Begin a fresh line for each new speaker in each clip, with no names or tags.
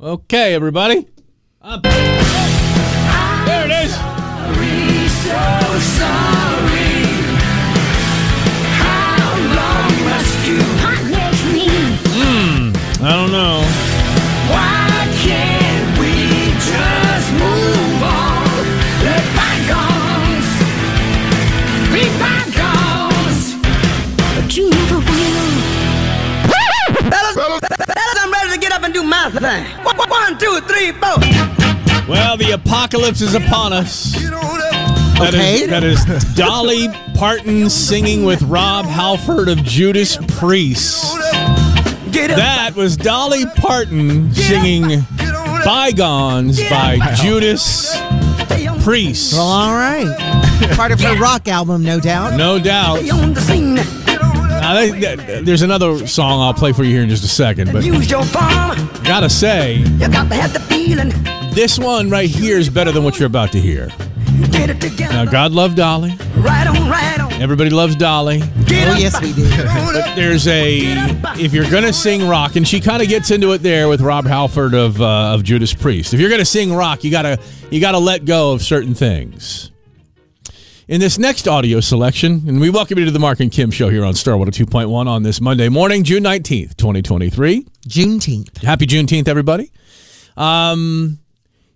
Okay, everybody. Up. There it is. I don't know.
You never will.
Fellas, fellas, I'm ready to get up and do my thing. One, one, two, three, four.
Well, the apocalypse is upon us. That is-
Okay.
that is Dolly Parton singing with Rob Halford of Judas Priest.
Get up.
That was Dolly Parton singing Bygones by Judas
Stay on-
Priest.
Well, all right. Part of her rock album, no doubt.
No doubt.
stay on the scene.
Now, they- th- there's another song I'll play for you here in just a second, but
Use your farm.
gotta say,
You got to have the feeling.
this one right here is better than what you're about to hear.
Get it together.
Now, God loved Dolly.
Right on, right on.
Everybody loves Dolly.
Get
Oh,
up.
yes, we did.
There's a if you're gonna sing rock, and she kind of gets into it there with Rob Halford of uh, of Judas Priest. If you're gonna sing rock, you gotta you gotta let go of certain things. In this next audio selection, and we welcome you to the Mark and Kim Show here on Star oh 2.1 on this Monday morning, June 19th, 2023.
Juneteenth.
Happy Juneteenth, everybody. Um,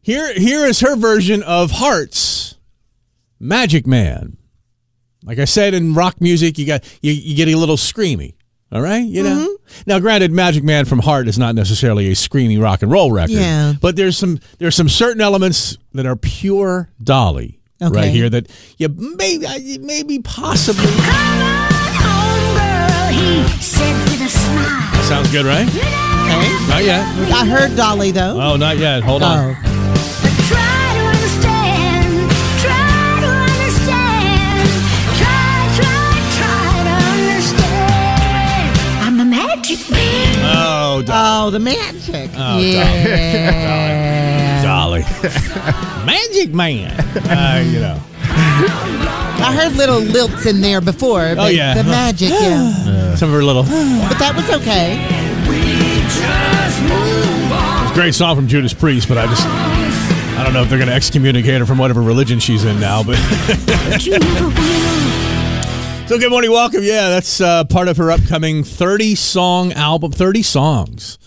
here, here is her version of Hearts, Magic Man. Like I said in rock music, you got you, you get a little screamy. All right, you know.
Mm-hmm.
Now, granted, Magic Man from Heart is not necessarily a screamy rock and roll record.
Yeah.
But there's some there's some certain elements that are pure Dolly right
Okay.
here that you maybe I- maybe possibly sounds good, right?
Okay.
Not yet.
I heard Dolly, though.
Oh, not yet. Hold on.
Oh.
I'm a magic man.
Oh, Dolly.
Oh, the magic.
Oh,
yeah.
Dolly. Magic Man. Uh, you know.
I heard little lilts in there before. But
Oh, yeah.
The magic, yeah.
Some of her little.
But that was okay.
Great song from Judas Priest, but I just. I don't know if they're going to excommunicate her from whatever religion she's in now, but. so, good morning, welcome. Yeah, that's uh, part of her upcoming 30 song album, 30 songs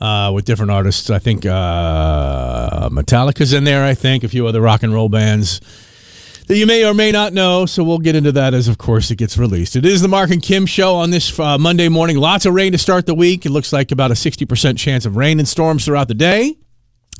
uh, with different artists. I think uh, Metallica's in there, I think, a few other rock and roll bands. that you may or may not know. So we'll get into that as, of course, it gets released. It is the Mark and Kim show on this uh, Monday morning. Lots of rain to start the week. It looks like about a 60% chance of rain and storms throughout the day.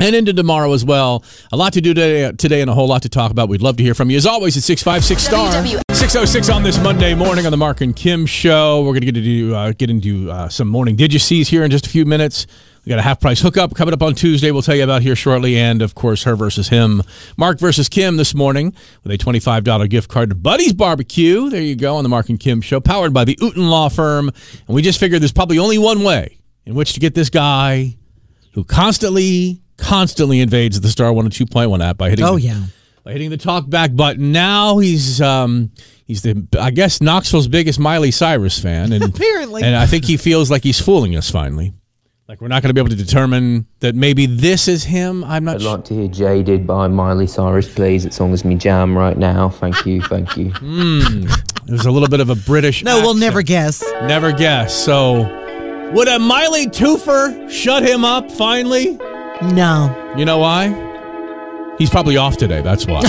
And into tomorrow as well. A lot to do today, today and a whole lot to talk about. We'd love to hear from you. As always, at 656 star. 606 on this Monday morning on the Mark and Kim show. We're going to do, uh, get into uh, some morning did you sees here in just a few minutes. We got a half price hookup coming up on Tuesday. We'll tell you about here shortly. And of course, her versus him. Mark versus Kim this morning with a $25 gift card to Buddy's Barbecue. There you go on the Mark and Kim show, powered by the Uten Law Firm. And we just figured there's probably only one way in which to get this guy who constantly, constantly invades the Star 102.1 app by hitting
Oh,
the-
yeah.
by hitting the talk back button. Now he's um he's the I guess Knoxville's biggest Miley Cyrus fan and
Apparently.
and I think he feels like he's fooling us finally. Like we're not going to be able to determine that maybe this is him. I'm not
I'd
sure.
like to hear Jaded by Miley Cyrus, please. That song is me jam right now. Thank you, thank you.
There's a little bit of a British
No, we'll
accent.
never guess.
never guess. So would a Miley twofer shut him up finally?
No.
You know why? He's probably off today. That's why.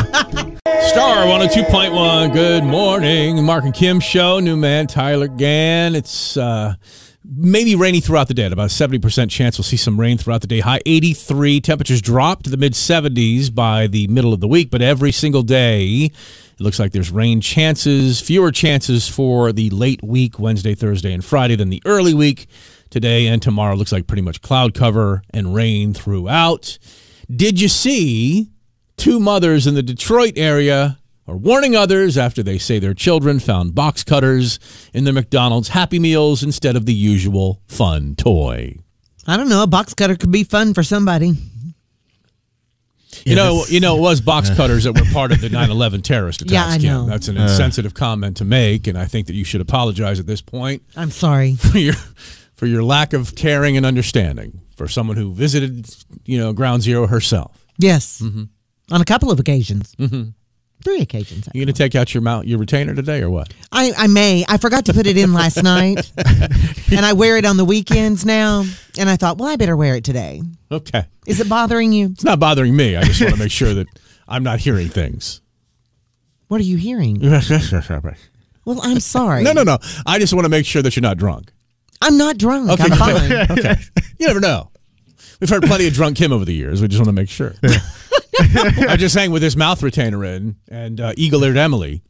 Star 102.1. Good morning. Mark and Kim show. New man, Tyler Gann. It's uh, maybe rainy throughout the day. At about 70% chance we'll see some rain throughout the day. High 83. Temperatures drop to the mid 70s by the middle of the week. But every single day, it looks like there's rain chances, fewer chances for the late week, Wednesday, Thursday, and Friday than the early week. Today and tomorrow looks like pretty much cloud cover and rain throughout. Did you see two mothers in the Detroit area are warning others after they say their children found box cutters in their McDonald's Happy Meals instead of the usual fun toy?
I don't know. A box cutter could be fun for somebody.
You know, you know, it was box cutters that were part of the 9/11 terrorist attacks.
Yeah, I
Kim.
know.
That's an insensitive comment to make, and I think that you should apologize at this point
I'm sorry.
for your for your lack of caring and understanding for someone who visited, you know, Ground Zero herself.
Yes.
Mm-hmm.
On a couple of occasions. Mm-hmm. Three occasions.
You gonna take out your mount your retainer today or what?
I, I may. I forgot to put it in last night. and I wear it on the weekends now. And I thought, well, I better wear it today.
Okay,
Is it bothering you?
it's not bothering me. I just want to make sure that I'm not hearing things.
What are you hearing?
no,
Well, I'm sorry.
no, no. I just want to make sure that you're not drunk.
I'm not drunk.
Okay,
I'm
good.
fine.
Okay, you never know. We've heard plenty of drunk Kim over the years. We just want to make sure. I just hang with this mouth retainer in and uh, eagle-eared Emily,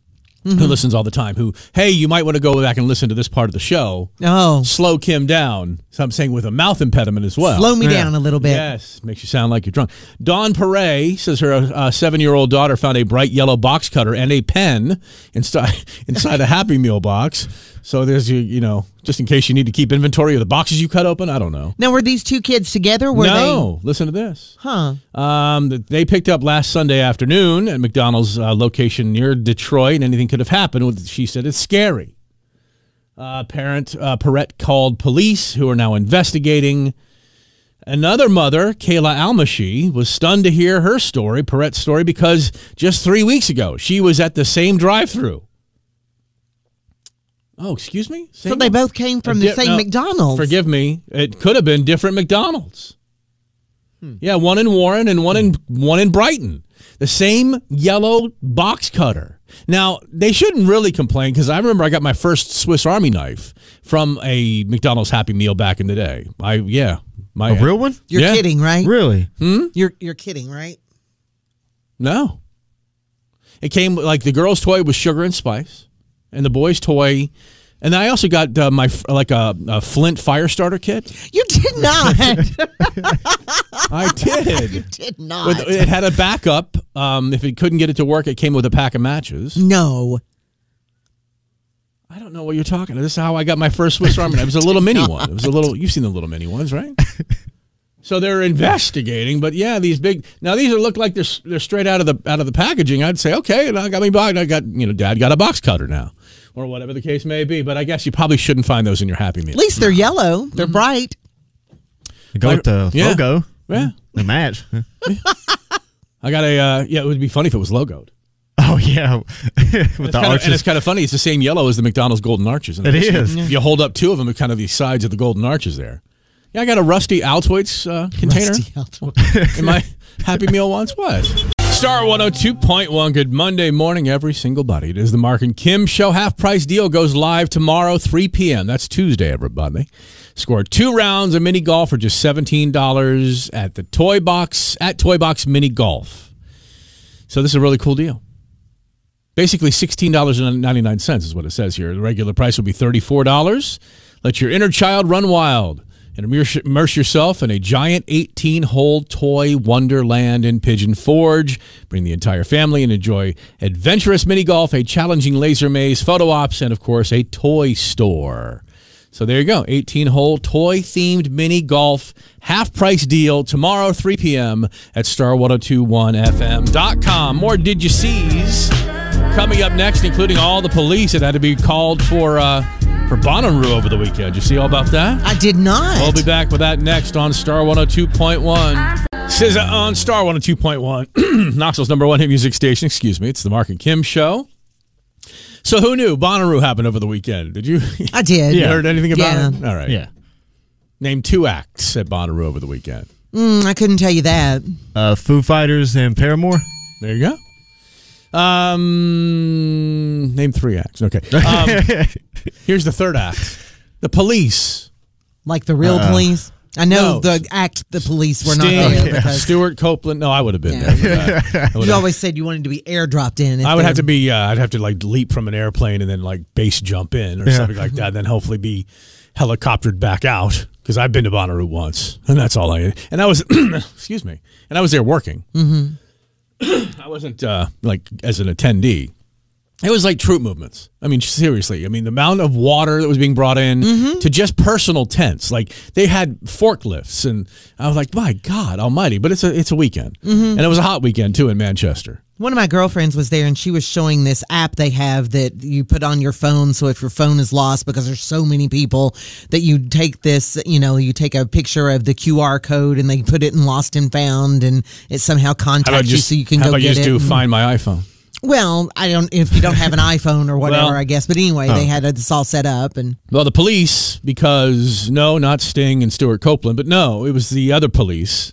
Mm-hmm.
who listens all the time. Who, hey, you might want to go back and listen to this part of the show.
Oh,
slow Kim down. So I'm saying with a mouth impediment as well.
slow me down a little bit.
Yes, makes you sound like you're drunk. Dawn Paray says her uh, seven-year-old daughter found a bright yellow box cutter and a pen inside inside a Happy Meal box. So there's you, you know, just in case you need to keep inventory of the boxes you cut open. I don't know.
Now, were these two kids together? Were they?
no, listen to this.
Huh.
Um, that they picked up last Sunday afternoon at McDonald's uh, location near Detroit, and anything could have happened. What She said it's scary. Uh, parent uh, Perrette called police, who are now investigating. Another mother, Kayla Almashi, was stunned to hear her story, Perrette's story, because just three weeks ago she was at the same drive-through. Oh, excuse me.
So they both came from the
Di-
same
no,
McDonald's.
Forgive me. It could have been different McDonald's.
Hmm.
Yeah, one in Warren and one in one in Brighton. The same yellow box cutter. Now they shouldn't really complain because I remember I got my first Swiss Army knife from a McDonald's Happy Meal back in the day. I yeah, my
A real one?
You're
Yeah. Hmm?
kidding, right? Hmm?
Really?
You're you're kidding, right?
No. It came like the girl's toy was sugar and spice, and the boy's toy, and I also got uh, my like a, a Flint fire starter kit.
You did not.
I did.
did not.
With, it had a backup. Um, if it couldn't get it to work, it came with a pack of matches.
no.
I don't know what you're talking. This is how I got my first Swiss Army. knife. It was a little mini one. It was a little. You've seen the little mini ones, right? so they're investigating, but yeah, these big. Now these are look like they're s- they're straight out of the out of the packaging. I'd say okay, and I got me box. I got you know, Dad got a box cutter now, or whatever the case may be. But I guess you probably shouldn't find those in your Happy Meal.
At least they're yellow.
Mm-hmm.
They're bright.
You go with the
Yeah.
logo,
Yeah,
the match.
I got a. Uh, yeah, it would be funny if it was logoed.
Oh yeah, with
It's
the
kinda- and
arches.
it's kind of funny. It's the same yellow as the McDonald's Golden Arches. And
It
if you-
is.
If you hold up two of them, it's kind of the sides of the Golden Arches there. Yeah, I got a rusty Altoids uh, container
Rusty yellow.
in my Happy Meal once. What? Star 102.1. Good Monday morning, every single body. It is the Mark and Kim show. Half price deal goes live tomorrow, 3 p.m. That's Tuesday, everybody. Score two rounds of mini golf for just $17 at the Toy Box, at Toy Box Mini Golf. So this is a really cool deal. Basically, sixteen dollars and ninety nine cents is what it says here. The regular price will be thirty four dollars. Let your inner child run wild and immerse- immerse yourself in a giant eighteen hole toy wonderland in Pigeon Forge. Bring the entire family and enjoy adventurous mini golf, a challenging laser maze, photo ops, and of course, a toy store. So there you go, eighteen hole toy themed mini golf half price deal tomorrow, three p.m. at star1021fm.com. More did you sees? Coming up next, including all the police that had to be called for uh, for Bonnaroo over the weekend. You see all about that?
I did not.
We'll be back with that next on Star 102.1. SZA on Star 102.1, Knoxville's number one hit music station. Excuse me, it's the Mark and Kim show. So who knew Bonnaroo happened over the weekend? Did you
I did.
you heard anything about
Yeah.
it? All right.
yeah,
Name two acts at Bonnaroo over the weekend.
Mm, I couldn't tell you that.
uh, Foo Fighters and Paramore.
There you go. Um, name three acts. Okay. Um, here's the third act. The police.
Like the real police. I know
no.
the act the police were not
Sting,
there because
Stuart Copeland. No, I would have been
Yeah.
there. for that. I would
you
have-
always said you wanted to be airdropped in. if
I would
they-
have to be. Uh, I'd have to like leap from an airplane and then like base jump in or
Yeah.
something like that. Then hopefully be helicoptered back out because I've been to Bonnaroo once and that's all I. And I was excuse me, and I was there working. Mm-hmm. I wasn't uh, like as an attendee. It was like troop movements. I mean, seriously. I mean, the amount of water that was being brought in
Mm-hmm.
to just personal tents. Like they had
Mm-hmm.
forklifts, and I was like, "My God Almighty!" But it's a it's a weekend, and it was a hot weekend too in Manchester.
One of my girlfriends was there and she was showing this app they have that you put on your phone. So if your phone is lost, because there's so many people that you take this, you know, you take a picture of the QR code and they put it in lost and found and it somehow
How about
contacts you
just
so you can
how
go
about
get
just
it.
do
and-
find my iPhone?
Well, I don't, if you don't have an iPhone or whatever,
Well- Oh.
I guess. But anyway, they had this all set up and
Well, the police, because no, not Sting and Stuart Copeland, but no, it was the other police.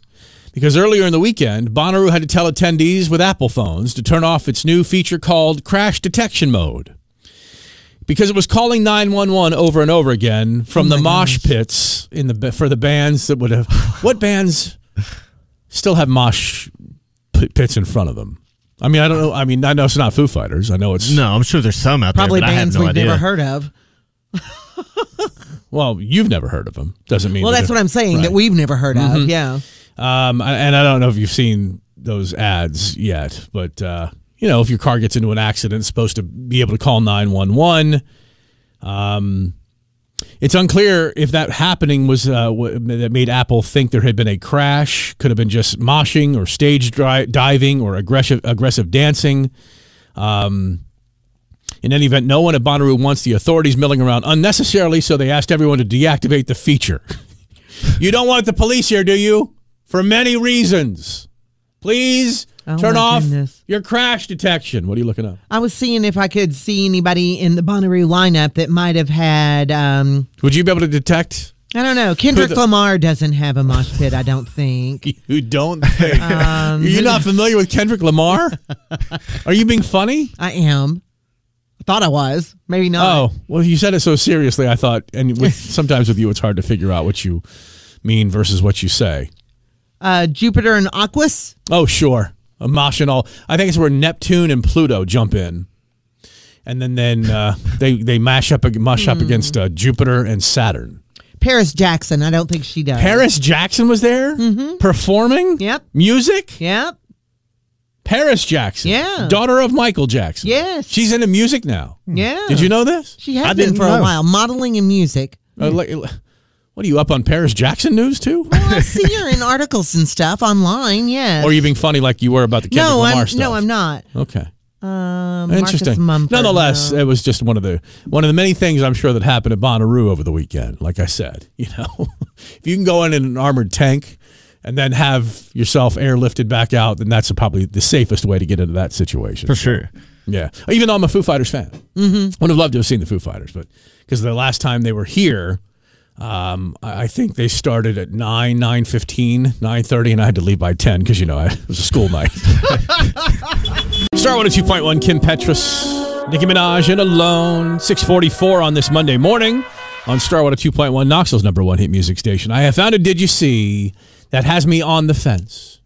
Because earlier in the weekend, Bonnaroo had to tell attendees with Apple phones to turn off its new feature called crash detection mode. Because it was calling 911 over and over again from the mosh pits in the for the bands that would have what bands still have mosh p- pits in front of them. I mean, I don't know. I mean, I know it's not Foo Fighters. I know it's
No, I'm sure there's some out
probably
there, but
bands
I have no
we've
idea.
never heard of.
Well, you've never heard of them. Doesn't mean
Well,
that
that's
they're-
what I'm saying that
Right. Mm-hmm.
we've never heard of. Yeah.
Um, I- and I don't know if you've seen those ads yet, but uh, you know, if your car gets into an accident, it's supposed to be able to call nine one one. Um, it's unclear if that happening was uh, w- that made Apple think there had been a crash. Could have been just moshing or stage dri- diving or aggressive aggressive dancing. Um, In any event, no one at Bonnaroo wants the authorities milling around unnecessarily, so they asked everyone to deactivate the feature. you don't want the police here, do you? For many reasons. Please
Oh,
turn
my
off
goodness.
your crash detection. What are you looking up?
I was seeing if I could see anybody in the Bonnaroo lineup that might have had. Um,
Would you be able to detect?
I don't know. Kendrick
the-
Lamar doesn't have a mosh pit, I don't think.
You don't think.
Um,
are you not familiar with Kendrick Lamar? are you being funny?
I am. I thought I was. Maybe not.
Oh, well, you said it so seriously, I thought, and with, sometimes with you, it's hard to figure out what you mean versus what you say.
Uh, Jupiter and Aquas.
Oh, sure. A mosh and all. I think it's where Neptune and Pluto jump in. And then, then uh, they, they mash up, mush
Hmm.
up against uh, Jupiter and Saturn.
Paris Jackson. I don't think she does.
Paris Jackson was there performing
Mm-hmm. Yep.
music.
Yep.
Paris Jackson.
Yeah.
Daughter of Michael Jackson.
Yes.
She's into music now.
Yeah.
Hmm. Did you know this?
She has
I
been
didn't
for a
know.
while. Modeling and music.
Uh, like- what are you up on Paris Jackson news too?
Well, I see her in articles and stuff online. Yes.
or are you being funny like you were about the Kendrick
no,
Lamar
I'm,
stuff?
no, I'm not.
Okay.
Um, Marcus
Interesting.
Mumford,
Nonetheless,
no.
it was just one of the one of the many things I'm sure that happened at Bonnaroo over the weekend. Like I said, you know, if you can go in in an armored tank and then have yourself airlifted back out, then that's probably the safest way to get into that situation.
For sure.
Yeah. Even though I'm a Foo Fighters fan, mm-hmm. would have loved to have seen the Foo Fighters, but because the last time they were here, um, I I think they started at nine, nine fifteen, nine thirty, and I had to leave by ten because you know I, it was a school night. Star one oh two point one, Kim Petras, Nicki Minaj, and Alone. Six forty four on this Monday morning on Star one oh two point one, Knoxville's number one hit music station. I have found a Did you see that has me on the fence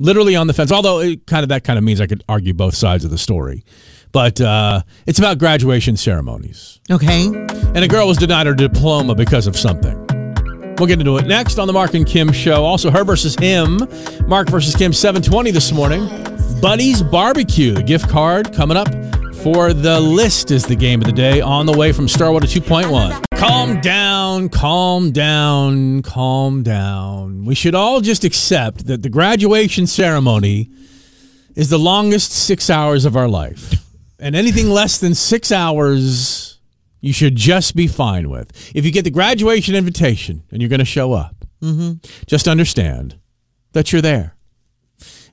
literally on the fence. Although it kind of that kind of means I could argue both sides of the story, but uh, it's about graduation ceremonies.
Okay.
And a girl was denied her diploma because of something. We'll get into it next on the Mark and Kim show. Also, her versus him, Mark versus Kim, seven twenty this morning. Buddy's Barbecue, the gift card coming up for the list is the game of the day on the way from Starwater two point one. Calm down, calm down, calm down. We should all just accept that the graduation ceremony is the longest six hours of our life, and anything less than six hours you should just be fine with. If you get the graduation invitation and you're going to show up,
Mm-hmm.
just understand that you're there.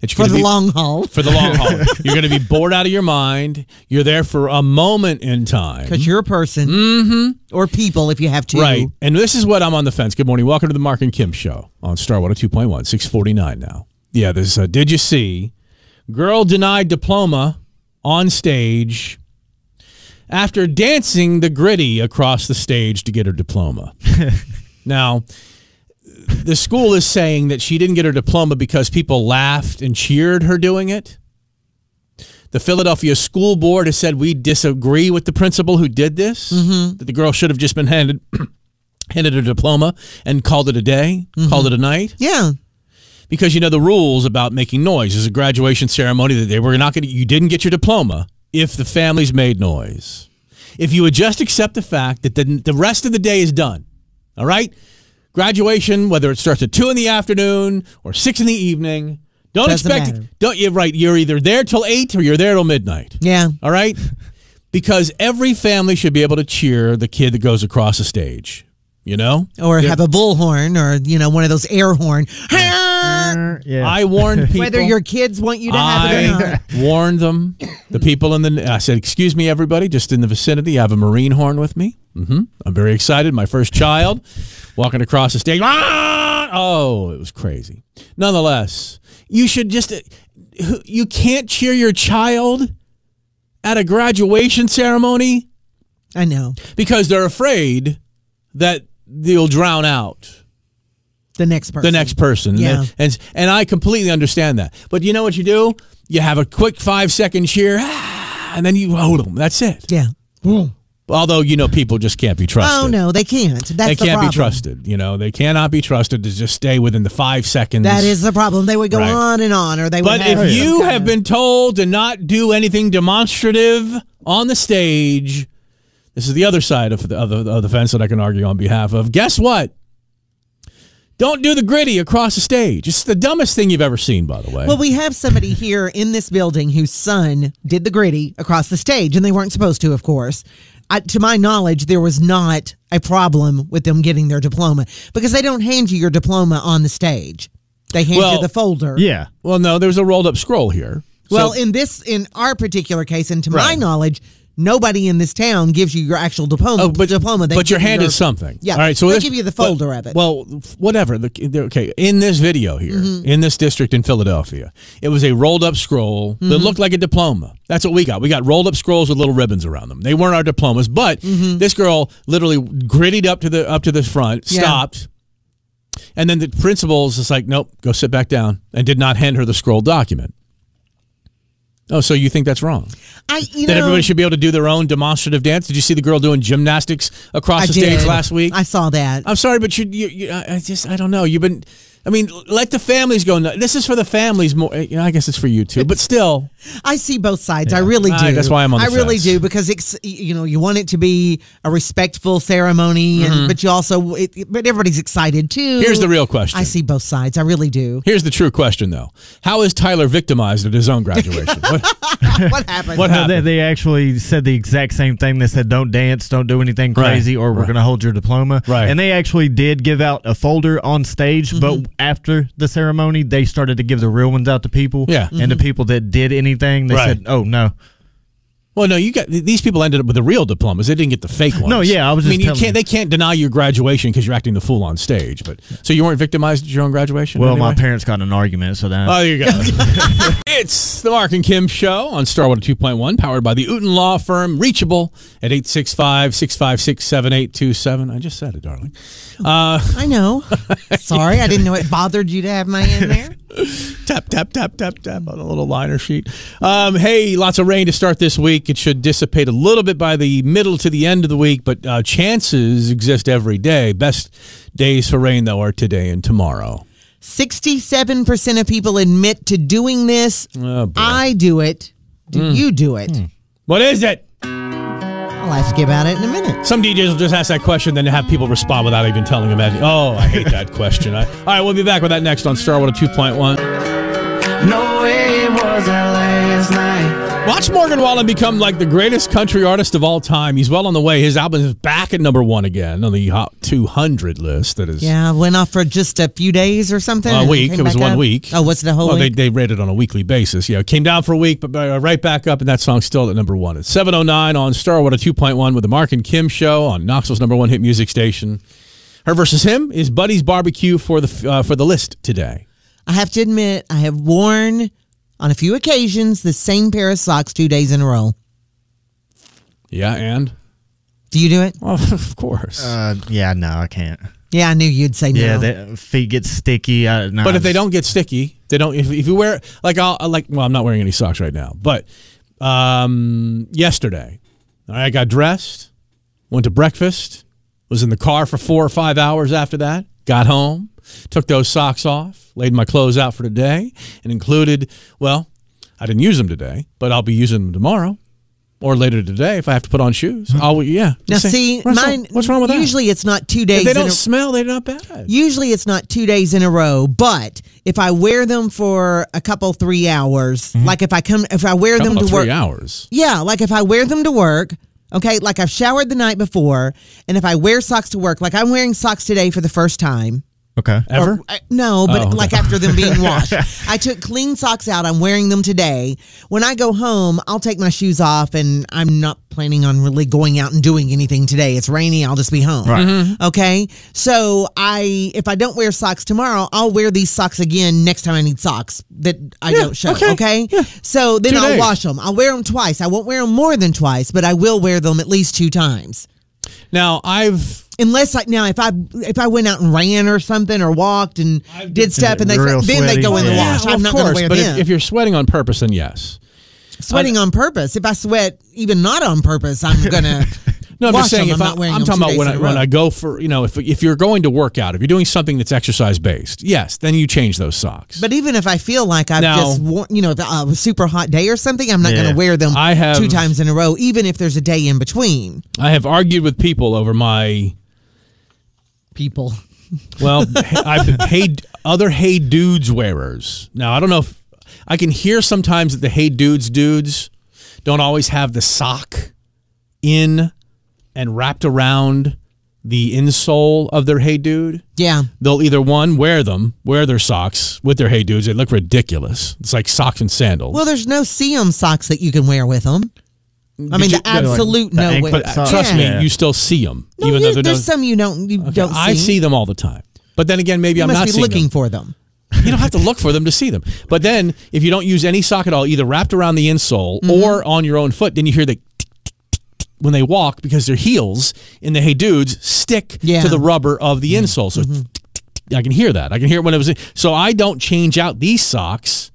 That you're
For
gonna
the
be-
long haul.
for the long haul. You're going to be bored out of your mind. You're there for a moment in time.
because you're a person or people if you have to
Mm-hmm. Right. And this is what I'm on the fence. Good morning. Welcome to the Mark and Kim show on Starwater 2.1, 649 now. Yeah, this uh, did you see girl denied diploma on stage after dancing the gritty across the stage to get her diploma. now, the school is saying that she didn't get her diploma because people laughed and cheered her doing it. The Philadelphia School Board has said we disagree with the principal who did this.
Mm-hmm.
That the girl should have just been handed handed a diploma and called it a day, called it a night,
yeah
because you know the rules about making noise. There's a graduation ceremony that they were not going. to You didn't get your diploma if the families made noise. If you would just accept the fact that the, the rest of the day is done, all right. Graduation, whether it starts at two in the afternoon or six in the evening, Don't
Doesn't
expect
matter.
don't you're right. You're either there till eight or you're there till midnight.
Yeah.
All right? Because every family should be able to cheer the kid that goes across the stage. You know?
Or have a bullhorn or, you know, one of those air horn.
Yeah.
I warned people.
Whether your kids want you to have it or
I
not.
warned them. The people in the. I said, "Excuse me, everybody, just in the vicinity. I have a marine horn with me. hmm I'm very excited. My first child, walking across the stage. Ah! Oh, it was crazy. Nonetheless, you should just. uh, who- You can't cheer your child at a graduation ceremony
I know.
because they're afraid that you'll drown out
The next person.
the next person.
Yeah.
And, and I completely understand that. But you know what you do? You have a quick five second cheer, ah, and then you hold them. That's it.
Yeah.
Although, you know, people just can't be trusted.
Oh, no, they can't. That's
They
the
can't
problem.
be trusted. You know, they cannot be trusted to just stay within the five seconds.
That is the problem. They would go
Right.
on and on, or they would
But
have
if
some
you
kind
have
of-
been told to not do anything demonstrative on the stage, this is the other side of the, of the, of the fence that I can argue on behalf of. Guess what? Don't do the gritty across the stage. It's the dumbest thing you've ever seen, by the way.
Well, we have somebody here in this building whose son did the gritty across the stage, and they weren't supposed to, of course. I, to my knowledge, there was not a problem with them getting their diploma because they don't hand you your diploma on the stage. They hand
Well,
you the folder.
yeah.
Well, no, there's a rolled up scroll here. So-
Well, in this, in our particular case, and to my
Right.
knowledge, nobody in this town gives you your actual diploma.
Oh, but
diploma. They
but your
give you
hand is something.
Yeah.
All right. So
they
this-
give you the
but-
folder of it.
Well, whatever. The, the- okay. In this video here,
Mm-hmm.
in this district in Philadelphia, it was a rolled up scroll that
Mm-hmm.
looked like a diploma. That's what we got. We got rolled up scrolls with little ribbons around them. They weren't our diplomas, but
Mm-hmm.
this girl literally gritted up to the up to the front,
Yeah.
stopped, and then the principal's just like, "Nope, go sit back down," and did not hand her the scroll document. Oh, so you think that's wrong?
I, you
that
know,
everybody should be able to do their own demonstrative dance. Did you see the girl doing gymnastics across
I
the
did.
stage last week?
I saw that.
I'm sorry, but you, you, you I I just, I don't know. You've been, I mean, let the families go. nu- This is for the families more. You know, I guess it's for you too, but still,
I see both sides. I really do.
Ah, that's why I'm on
I
the
really
fence.
do because it's you know you want it to be a respectful ceremony, and, but you also it, it- but everybody's excited too.
Mm-hmm. here's the real question.
I see both sides. I really do.
Here's the true question, though. How is Tyler victimized at his own graduation? what,
What happened?
what
No, they,
happened?
they actually said the exact same thing. They said, "Don't dance, don't do anything
Right,
crazy, or we're
right.
going to hold your diploma."
Right.
And they actually did give out a folder on stage, but
Mm-hmm.
after the ceremony, they started to give the real ones out to people.
Yeah.
And
Mm-hmm.
the people that did anything, they
Right.
said, "Oh no,
Well, no, you got these people ended up with the real diplomas. They didn't get the fake ones.
No, yeah, I was
I
just
mean, you
telling
can't.
you.
They can't deny your graduation because you're acting the fool on stage. But so you weren't victimized at your own graduation.
well,
anyway?
my parents got in an argument, so that."
Oh, there you go. it's the Mark and Kim show on Starwater 2.1, powered by the Uten Law Firm, reachable at 865 656 7827. I just said it, darling.
I know. Sorry, I didn't know it bothered you to have my hand there.
Tap, tap, tap, tap, tap on a little liner sheet. Um, hey, lots of rain to start this week. It should dissipate a little bit by the middle to the end of the week, but uh, chances exist every day. Best days for rain, though, are today and tomorrow.
Sixty-seven percent of people admit to doing this.
Oh, boy.
I do it. Do
Mm.
you do it?
What is it?
I'll ask you about it in a minute.
Some DJs will just ask that question, then have people respond without even telling them. any- Oh, I hate that question. I, all right, we'll be back with that next on Starwater 2.1.
No, it wasn't last night.
Watch Morgan Wallen become like the greatest country artist of all time. He's well on the way. His album is back at number one again on the Hot 200 list. That is
Yeah, I went off for just a few days or something.
a
and
week.
came
It was
back
one
up.
week.
Oh, was it a whole
well,
week?
They, they rate it on a weekly basis. Yeah, it came down for a week, but uh, right back up, and that song's still at number one. It's 709 on Starwater 2.1 with the Mark and Kim show on Knoxville's number one hit music station. Her versus him is Buddy's Barbecue for the uh, for the list today.
I have to admit, I have worn on a few occasions the same pair of socks two days in a row.
Yeah, and
Do you do it?
well, of course.
Uh, yeah, no, I can't.
Yeah, I knew you'd say
Yeah,
no.
that feet get sticky. I, no,
but
I'm
if they
just-
don't get sticky, they don't. If, if you wear like I'll I like well, I'm not wearing any socks right now. But um, yesterday, all right, I got dressed, went to breakfast, was in the car for four or five hours after that. Got home, took those socks off, laid my clothes out for today, and included well, I didn't use them today, but I'll be using them tomorrow. or later today if I have to put on shoes. I'll yeah.
Now,
Just say,
see,
what's
mine.
Wrong, what's wrong with
Usually, it's not two
that?
days.
If they
in
don't
a-
smell. They're not bad.
usually it's not two days in a row but if i wear them for a couple three hours like if i come if i wear them
Mm-hmm. Couple of
to work
three hours.
yeah like if i wear them to work okay like i've showered the night before and if i wear socks to work like i'm wearing socks today for the first time
Okay.
Ever?
I- no, but
Oh, okay.
like after them being washed. I took clean socks out. I'm wearing them today. When I go home, I'll take my shoes off and I'm not planning on really going out and doing anything today. It's rainy, I'll just be home.
Right.
Okay? So, I if I don't wear socks tomorrow, I'll wear these socks again next time I need socks that I don't show, okay?
okay. Yeah.
So, then
Two
I'll
days.
wash them. I'll wear them twice. I won't wear them more than twice, but I will wear them at least two times
now I've
unless I now if I if I went out and ran or something or walked and did stuff and they
real
then they go in the
sweaty.
wash.
well,
I'm
of
not going
course,
to wear
but
them.
If, if you're sweating on purpose, then yes.
Sweating on purpose. If I sweat even not on purpose, I'm gonna.
No, I'm just
wash
saying.
them.
If
I'm
I,
not wearing
I'm
them
talking
two
about
days
when
in
I,
a
when
row.
I go for you know if if you're going to work out, if you're doing something that's exercise based, yes, then you change those socks.
But even if I feel like I've
Now-
just worn, you know, the, uh, a super hot day or something, I'm not going
Yeah.
to wear them
I have-
two times in a row, even if there's a day in between.
I have argued with people over my
People,
Well, I've paid other Hey Dudes wearers. Now, I don't know if I can hear sometimes that the Hey Dudes dudes don't always have the sock in and wrapped around the insole of their Hey Dude.
yeah,
They'll either one wear them, wear their socks with their Hey Dudes. They look ridiculous. It's like socks and sandals.
Well, there's no seam socks that you can wear with them. I mean,
you-
the absolute
the
no
ankle
way.
but uh,
socks.
trust
Yeah.
me, you still see them,
No,
even
you-
though they're
there's some you don't you don't. See.
I see them all the time. But then again, maybe
You
I'm
must
not
be
seeing them.
looking for them.
You don't have to look for them to see them. But then, if you don't use any sock at all, either wrapped around the insole
Mm-hmm.
or on your own foot, then you hear the tick, tick, tick, tick when they walk because their heels in the hey dudes stick
Yeah. Mm-hmm.
to the rubber of the insole. So tick, tick, tick, I can hear that. I can hear it when it was. In. So I don't change out these socks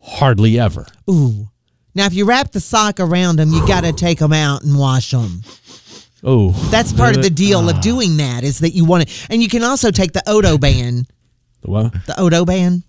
hardly ever.
Ooh. Now, if you wrap the sock around them, you got to take them out and wash them.
Oh,
That's part of the deal
Ah.
of doing that is that you want to, and you can also take the Odo band,
the what?
the Odo band,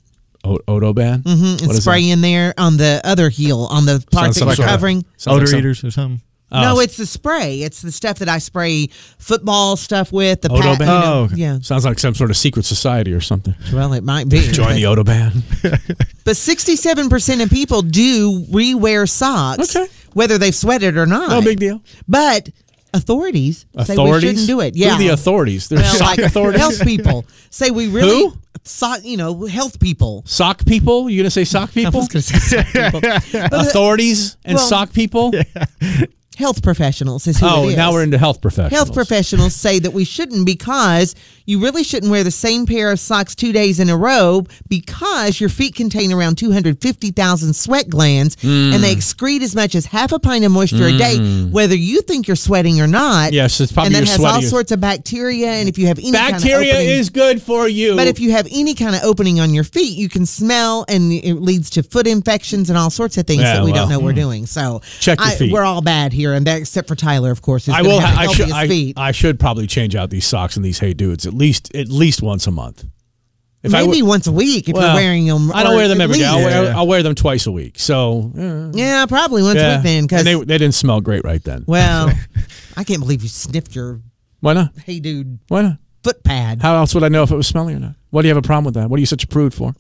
O- Odo band? Mm-hmm.
and spray in there on the other heel on the part that
like
you're
a-
covering.
Odor eaters or something.
Oh.
no, it's the spray. It's the stuff that I spray football stuff with. The
Odo
pat-
band?
you know,
Oh, okay.
yeah.
Sounds like some sort of secret society or something.
Well, it might be.
Join the
but,
Odo band.
but 67% of people do rewear socks,
Okay.
whether they've sweated or not.
No big deal.
But authorities, say
Authorities
we shouldn't do it.
Who are
Yeah,
the authorities. There's
well,
sock
like
authorities.
health people say we really
Who?
so- you know health people.
sock people? You gonna say sock
I
people?
was gonna say sock people. But
Authorities and
Well-
sock people.
health professionals is who
Oh,
it is.
now we're into health professionals.
Health professionals say that we shouldn't because you really shouldn't wear the same pair of socks two days in a row because your feet contain around 250,000 sweat glands and
Mm.
they excrete as much as half a pint of moisture a day, whether you think you're sweating or not.
Yes, it's probably
And that
your
has
sweaty-
all sorts of bacteria. And if you have any kind of
Bacteria
opening-
is good for you.
But if you have any kind of opening on your feet, you can smell, and it leads to foot infections and all sorts of things
Yeah,
that we don't
well, hmm.
know we're doing. So
Check your
I,
feet.
We're all bad here, and that, except for Tyler, of course. Who's
I
gonna
will.
Have
Ha-
the
I should.
healthiest
I,
feet.
I should probably change out these socks and these hey dudes at least at least once a month. If I
Maybe
w-
once a week if
well,
you're wearing them.
I don't
or
wear them
at
every day. I'll
least-
wear,
Yeah.
I'll wear them twice a week. So eh,
Yeah, probably once a
yeah,
week then.
and they
Because
they didn't smell great right then.
well, I can't believe you sniffed your
Why not?
hey dude
Why not?
foot pad.
How else would I know if it was smelly or not? Why do you have a problem with that? What are you such a prude for?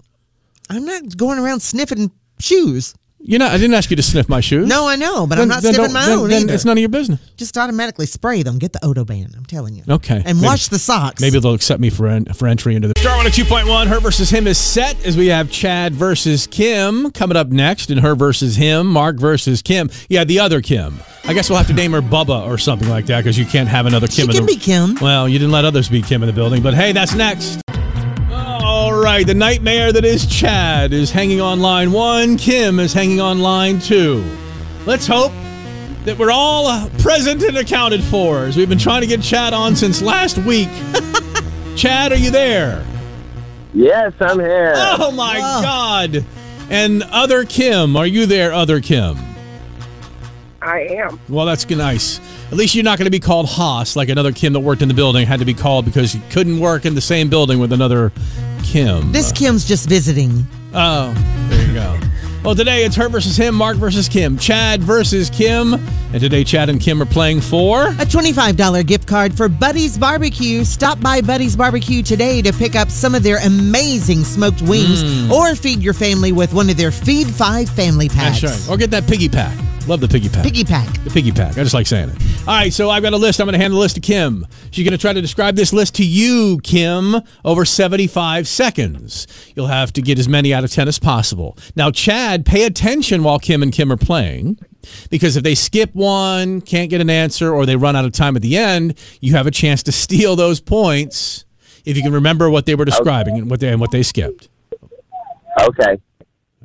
I'm not going around sniffing shoes.
You know, I didn't ask you to sniff my shoes.
No, I know, but I'm not
don't-
sniffing my
then-
own
then
either.
It's none of your business.
Just automatically spray them. Get the Odo band. I'm telling you.
Okay.
And
Maybe-
wash the socks.
Maybe they'll accept me for en- for entry into the Star One Two Point One. Her versus him is set as we have Chad versus Kim coming up next, and her versus him, Mark versus Kim. Yeah, the other Kim. I guess we'll have to name her Bubba or something like that because you can't have another Kim.
She
in
can
the-
be Kim.
Well, you didn't let others be Kim in the building, but hey, that's next. All right, the nightmare that is Chad is hanging on line one. Kim is hanging on line two. Let's hope that we're all uh, present and accounted for as we've been trying to get Chad on since last week. Chad, are you there?
Yes, I'm here.
Oh my
Wow.
God. And other Kim, are you there, other Kim?
I am.
Well, that's good, nice. At least you're not going to be called Haas like another Kim that worked in the building had to be called because he couldn't work in the same building with another Kim.
This Kim's just visiting.
Oh, there you go. Well, today it's her versus him, Mark versus Kim, Chad versus Kim. And today, Chad and Kim are playing for.
A $25 gift card for Buddy's Barbecue. Stop by Buddy's Barbecue today to pick up some of their amazing smoked wings
Mm.
or feed your family with one of their Feed 5 family packs.
That's right. Or get that piggy pack. Love the piggy pack.
Piggy pack.
The piggy pack. I just like saying it. All right, so I've got a list. I'm going to hand the list to Kim. She's going to try to describe this list to you, Kim, over 75 seconds. You'll have to get as many out of 10 as possible. Now, Chad, pay attention while Kim and Kim are playing because if they skip one, can't get an answer, or they run out of time at the end, you have a chance to steal those points if you can remember what they were describing and what they, and what they skipped.
Okay.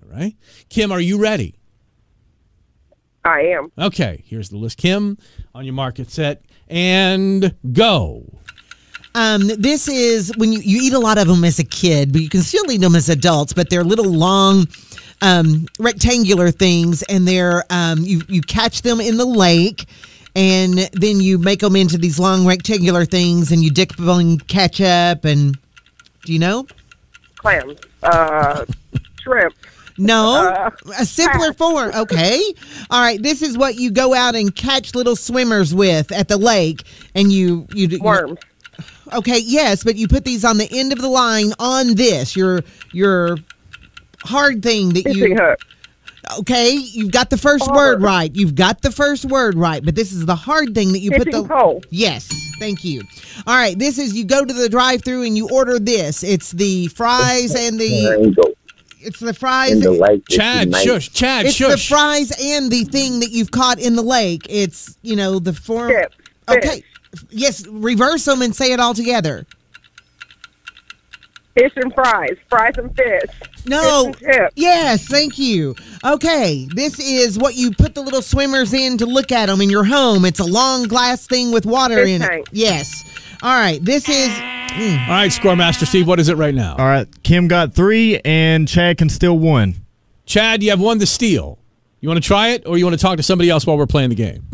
All right? Kim, are you ready?
I am.
Okay, here's the list. Kim, on your mark, get set, and go.
Um, this is when you, you eat a lot of them as a kid, but you can still eat them as adults. But they're little long, um, rectangular things, and they're um, you you catch them in the lake, and then you make them into these long rectangular things, and you dip them in ketchup and do you know?
Clams. Uh, shrimp.
No, a simpler form. Okay, all right. This is what you go out and catch little swimmers with at the lake, and you you d- you-
Worms.
Okay, yes, but you put these on the end of the line on this your your hard thing that
Fishing
you
hook.
okay you've got the first word right you've got the first word right but this is the hard thing that you put the
Fishing pole.
yes thank you all right this is you go to the drive through and you order this it's the fries and the
Mango
it's the fries
in the lake. It's
Chad,
nice.
shush. Chad,
it's the
shush.
fries and the thing that you've caught in the lake it's you know the form
Chips.
okay yes reverse them and say it all together
Fish and fries. Fries and fish.
No.
Fish and chips.
Yes, thank you. Okay, this is what you put the little swimmers in to look at them in your home. It's a long glass thing with water
Fish
in
tank.
it. Yes. All right, this is mm,
All right, Scoremaster Steve, what is it right now?
All right, Kim got three, and Chad can steal one.
Chad, you have one to steal. You want to try it, or you want to talk to somebody else while we're playing the game?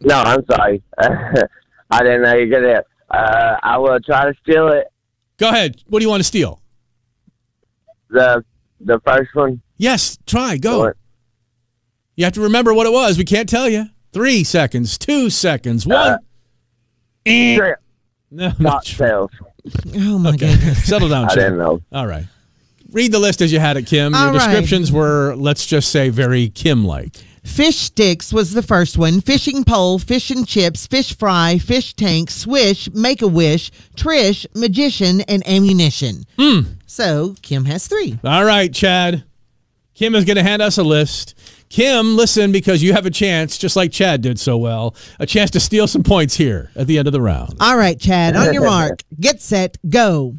No, I'm sorry. I didn't know you could have. Uh, I will try to steal it.
Go ahead. What do you want to steal?
The the first one.
Yes, try. Go.
What?
You have to remember what it was. We can't tell you. Three seconds, two seconds, one.
Uh, Shrimp
no, not sure.
cocktails.
Oh my
Okay.
goodness.
Settle down,
I
Chad.
didn't know.
All right. Read the list as you had it, Kim. Your
All right.
descriptions were, let's just say, very Kim like.
Fish sticks was the first one. Fishing pole, fish and chips, fish fry, fish tank, swish, make a wish, Trish, magician, and ammunition. So Kim has three.
All right, Chad. Kim is going to hand us a list. Kim, listen, because you have a chance, just like Chad did so well, a chance to steal some points here at the end of the round.
All right, Chad, on your mark, get set, go.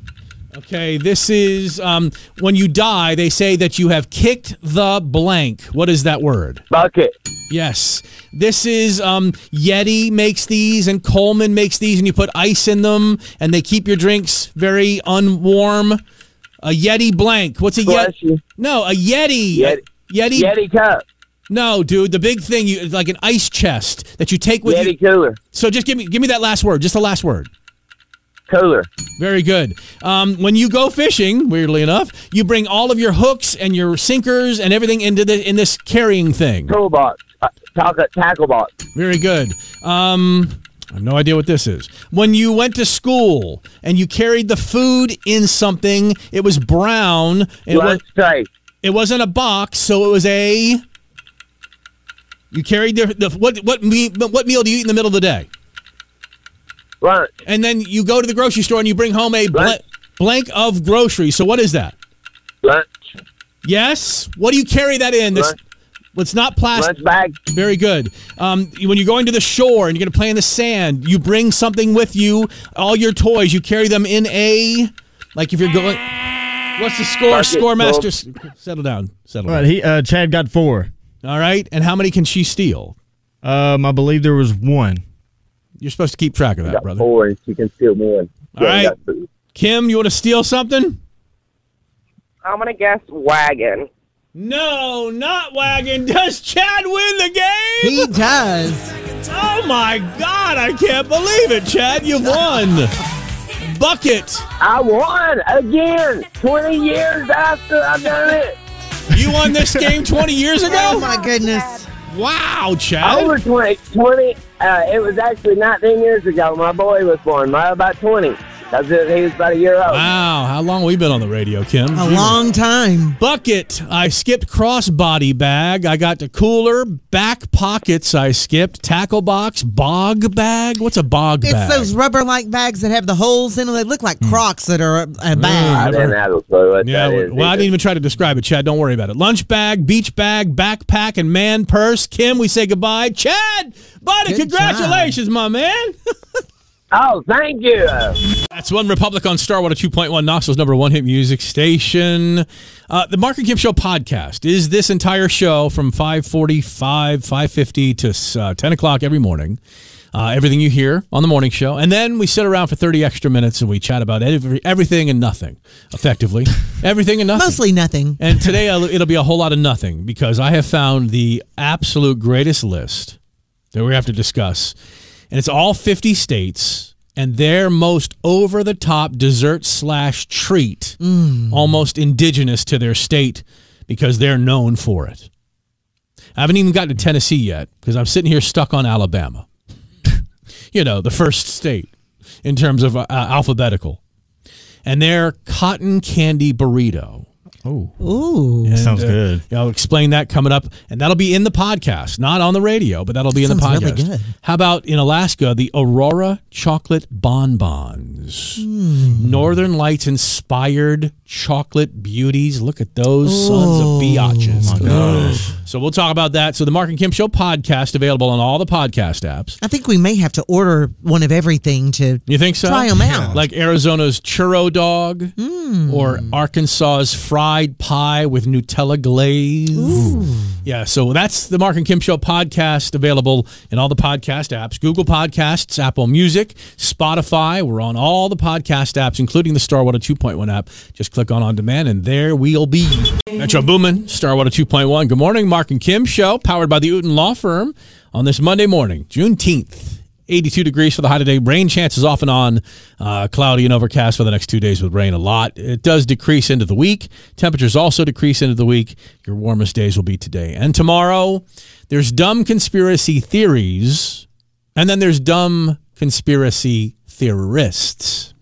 Okay, this is um, when you die, they say that you have kicked the blank. What is that word?
Bucket.
Yes. This is um, Yeti makes these and Coleman makes these, and you put ice in them and they keep your drinks very unwarm. A Yeti blank. What's a
Bless
Yeti?
you.
No, a Yeti.
Yeti-
Yeti.
Yeti cup.
No, dude, the big thing you like an ice chest that you take with
Yeti
you.
cooler.
So just give me give me that last word, just the last word.
Cooler.
Very good. Um, when you go fishing, weirdly enough, you bring all of your hooks and your sinkers and everything into the in this carrying thing.
Toolbox. Uh, tackle, tackle box.
Very good. Um, I have no idea what this is. When you went to school and you carried the food in something, it was brown. It was
Lunch tray.
it wasn't a box, so it was a. You carried the, the what what me, what meal do you eat in the middle of the day?
Lunch.
and then you go to the grocery store and you bring home a bl-
Right.
blank of groceries. So what is that?
Lunch.
Yes. What do you carry that in? That's
Right.
it's not plastic.
Lunch bag.
Very good. Um, you- when you're going to the shore and you're going to play in the sand, you bring something with you. All your toys, you carry them in a like if you're going. What's the score?
Bucket
score
full.
master. S- Settle down. Settle
All right,
down.
he uh, Chad got four.
All right. And how many can she steal?
Um, I believe there was one.
You're supposed to keep track of that,
Got
brother.
four. and She can steal one.
All right.
got three.
Kim, you want to steal something?
I'm going to guess wagon.
No, not wagon. Does Chad win the game?
He does.
Oh my God, I can't believe it, Chad. You won. Bucket.
I won again. Twenty years after I've done it.
You won this game 20 years
Oh
ago?
my goodness.
Wow, Chad.
Over 20. 20 uh, it was actually 19 years ago. My boy was born. My about 20. That's it. He was about a year old.
Wow, how long we been on the radio, Kim?
A long time.
Bucket, I skipped crossbody bag. I got to cooler. Back pockets, I skipped. Tackle box, bog bag. What's a bog
It's
bag?
those rubber like bags that have the holes in them. They look like Crocs that are a, a
I
bag.
didn't have a clue what
yeah,
that
well,
is.
well, I
either.
didn't even try to describe it, Chad. Don't worry about it. Lunch bag, beach bag, backpack, and man purse. Kim, we say goodbye. Chad, buddy,
Good
congratulations, my man.
Oh, thank you.
That's one Republic on Star Starwater 2.1, Knoxville's number one hit music station. Uh, the Mark and Kim Show podcast is this entire show from 545, 550 to uh, 10 o'clock every morning. Uh, everything you hear on the morning show. And then we sit around for 30 extra minutes and we chat about every, everything and nothing, effectively. everything and nothing.
Mostly nothing.
And today I'll- it'll be a whole lot of nothing because I have found the absolute greatest list that we have to discuss. And it's all 50 states and their most over the top dessert slash treat, almost indigenous to their state because they're known for it. I haven't even gotten to Tennessee yet because I'm sitting here stuck on Alabama. you know, the first state in terms of uh, alphabetical. And their cotton candy burrito.
Ooh.
Sounds
uh,
good.
I'll explain that coming up, and that'll be in the podcast, not on the radio, but that'll be in the
Sounds really
podcast.
good.
How about in Alaska, the Aurora chocolate bonbons,
Hmm.
Northern Lights inspired chocolate beauties. Look at those sons of biatches. So we'll talk about that. So the Mark and Kim Show podcast available on all the podcast apps.
I think we may have to order one of everything to
You think so?
Try 'em out. Hmm.
Like Arizona's churro dog or Arkansas's fried pie with Nutella glaze. Yeah, so that's the Mark and Kim Show podcast available in all the podcast apps Google Podcasts, Apple Music, Spotify. We're on all the podcast apps, including the Starwater 2.1 app. Just click on On Demand, and there we'll be. Metro Boomin, Starwater 2.1. Good morning, Mark and Kim Show, powered by the Uten Law Firm on this Monday morning, Juneteenth. 82 degrees for the high today. Rain chances off and on. Uh, cloudy and overcast for the next two days with rain a lot. It does decrease into the week. Temperatures also decrease into the week. Your warmest days will be today and tomorrow. There's dumb conspiracy theories, and then there's dumb conspiracy theorists.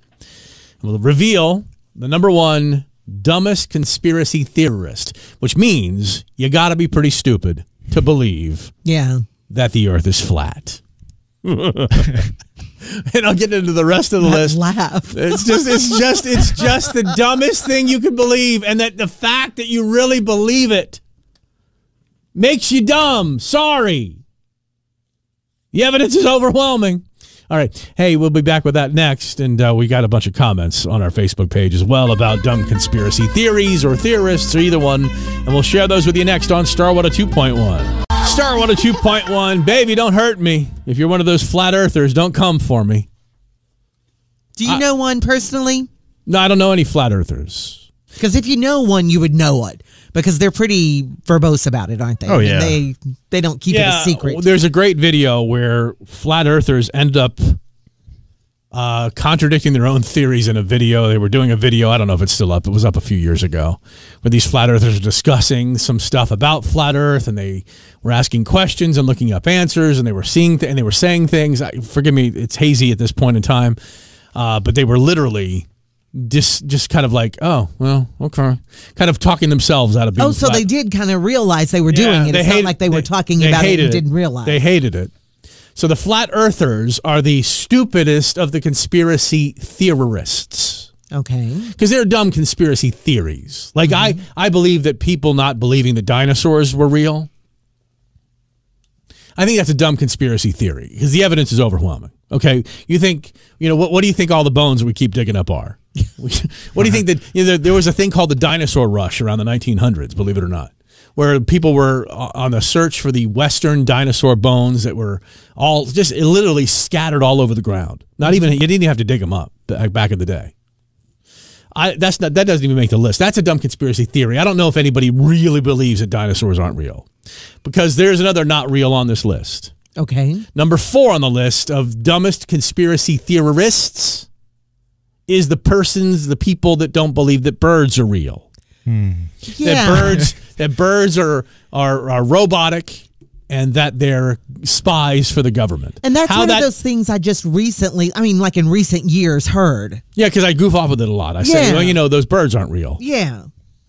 We'll reveal the number one dumbest conspiracy theorist, which means you got to be pretty stupid to believe
Yeah.
that the earth is flat. and I'll get into the rest of the
Let's
list.
laugh.
It's just it's just it's just the dumbest thing you could believe and that the fact that you really believe it makes you dumb. Sorry. The evidence is overwhelming. All right. Hey, we'll be back with that next. And uh, we got a bunch of comments on our Facebook page as well about dumb conspiracy theories or theorists or either one. And we'll share those with you next on Starwater 2.1. Starwater 2.1. Baby, don't hurt me. If you're one of those flat earthers, don't come for me.
Do you know one personally?
No, I don't know any flat earthers.
Because if you know one, you would know it because they're pretty verbose about it, aren't they?
Oh, yeah.
They they don't keep it a secret.
There's a great video where flat earthers end up uh, contradicting their own theories in a video. They were doing a video. I don't know if it's still up. It was up a few years ago, where these flat earthers are discussing some stuff about flat Earth, and they were asking questions and looking up answers, and they were seeing th- and they were saying things. I, forgive me, it's hazy at this point in time, uh, but they were literally. Just, just kind of like, oh well, okay, kind of talking themselves out of being.
Oh, so
flat.
they did kind of realize they were doing it. It's not like they were talking about it
hated
and didn't realize.
They hated it. So the flat earthers are the stupidest of the conspiracy theorists
okay.
because they're dumb conspiracy theories. Like I, I believe that people not believing that dinosaurs were real. I think that's a dumb conspiracy theory because the evidence is overwhelming. Okay, you think you know what? What do you think all the bones we keep digging up are? what do you think that you know, there, there was a thing called the dinosaur rush around the 1900s? Believe it or not, where people were o- on the search for the western dinosaur bones that were all just literally scattered all over the ground. Not even you didn't even have to dig them up back back in the day. I, that's not that doesn't even make the list. That's a dumb conspiracy theory. I don't know if anybody really believes that dinosaurs aren't real, because there's another not real on this list.
Okay.
Number four on the list of dumbest conspiracy theorists is the persons, the people that don't believe that birds are real.
Yeah.
That birds that birds are, are are robotic and that they're spies for the government.
And that's
How
one
that-
of those things I just recently, I mean, like in recent years, heard.
Yeah, because I goof off with it a lot. I say,
Yeah.
well, you know, those birds aren't real.
Yeah.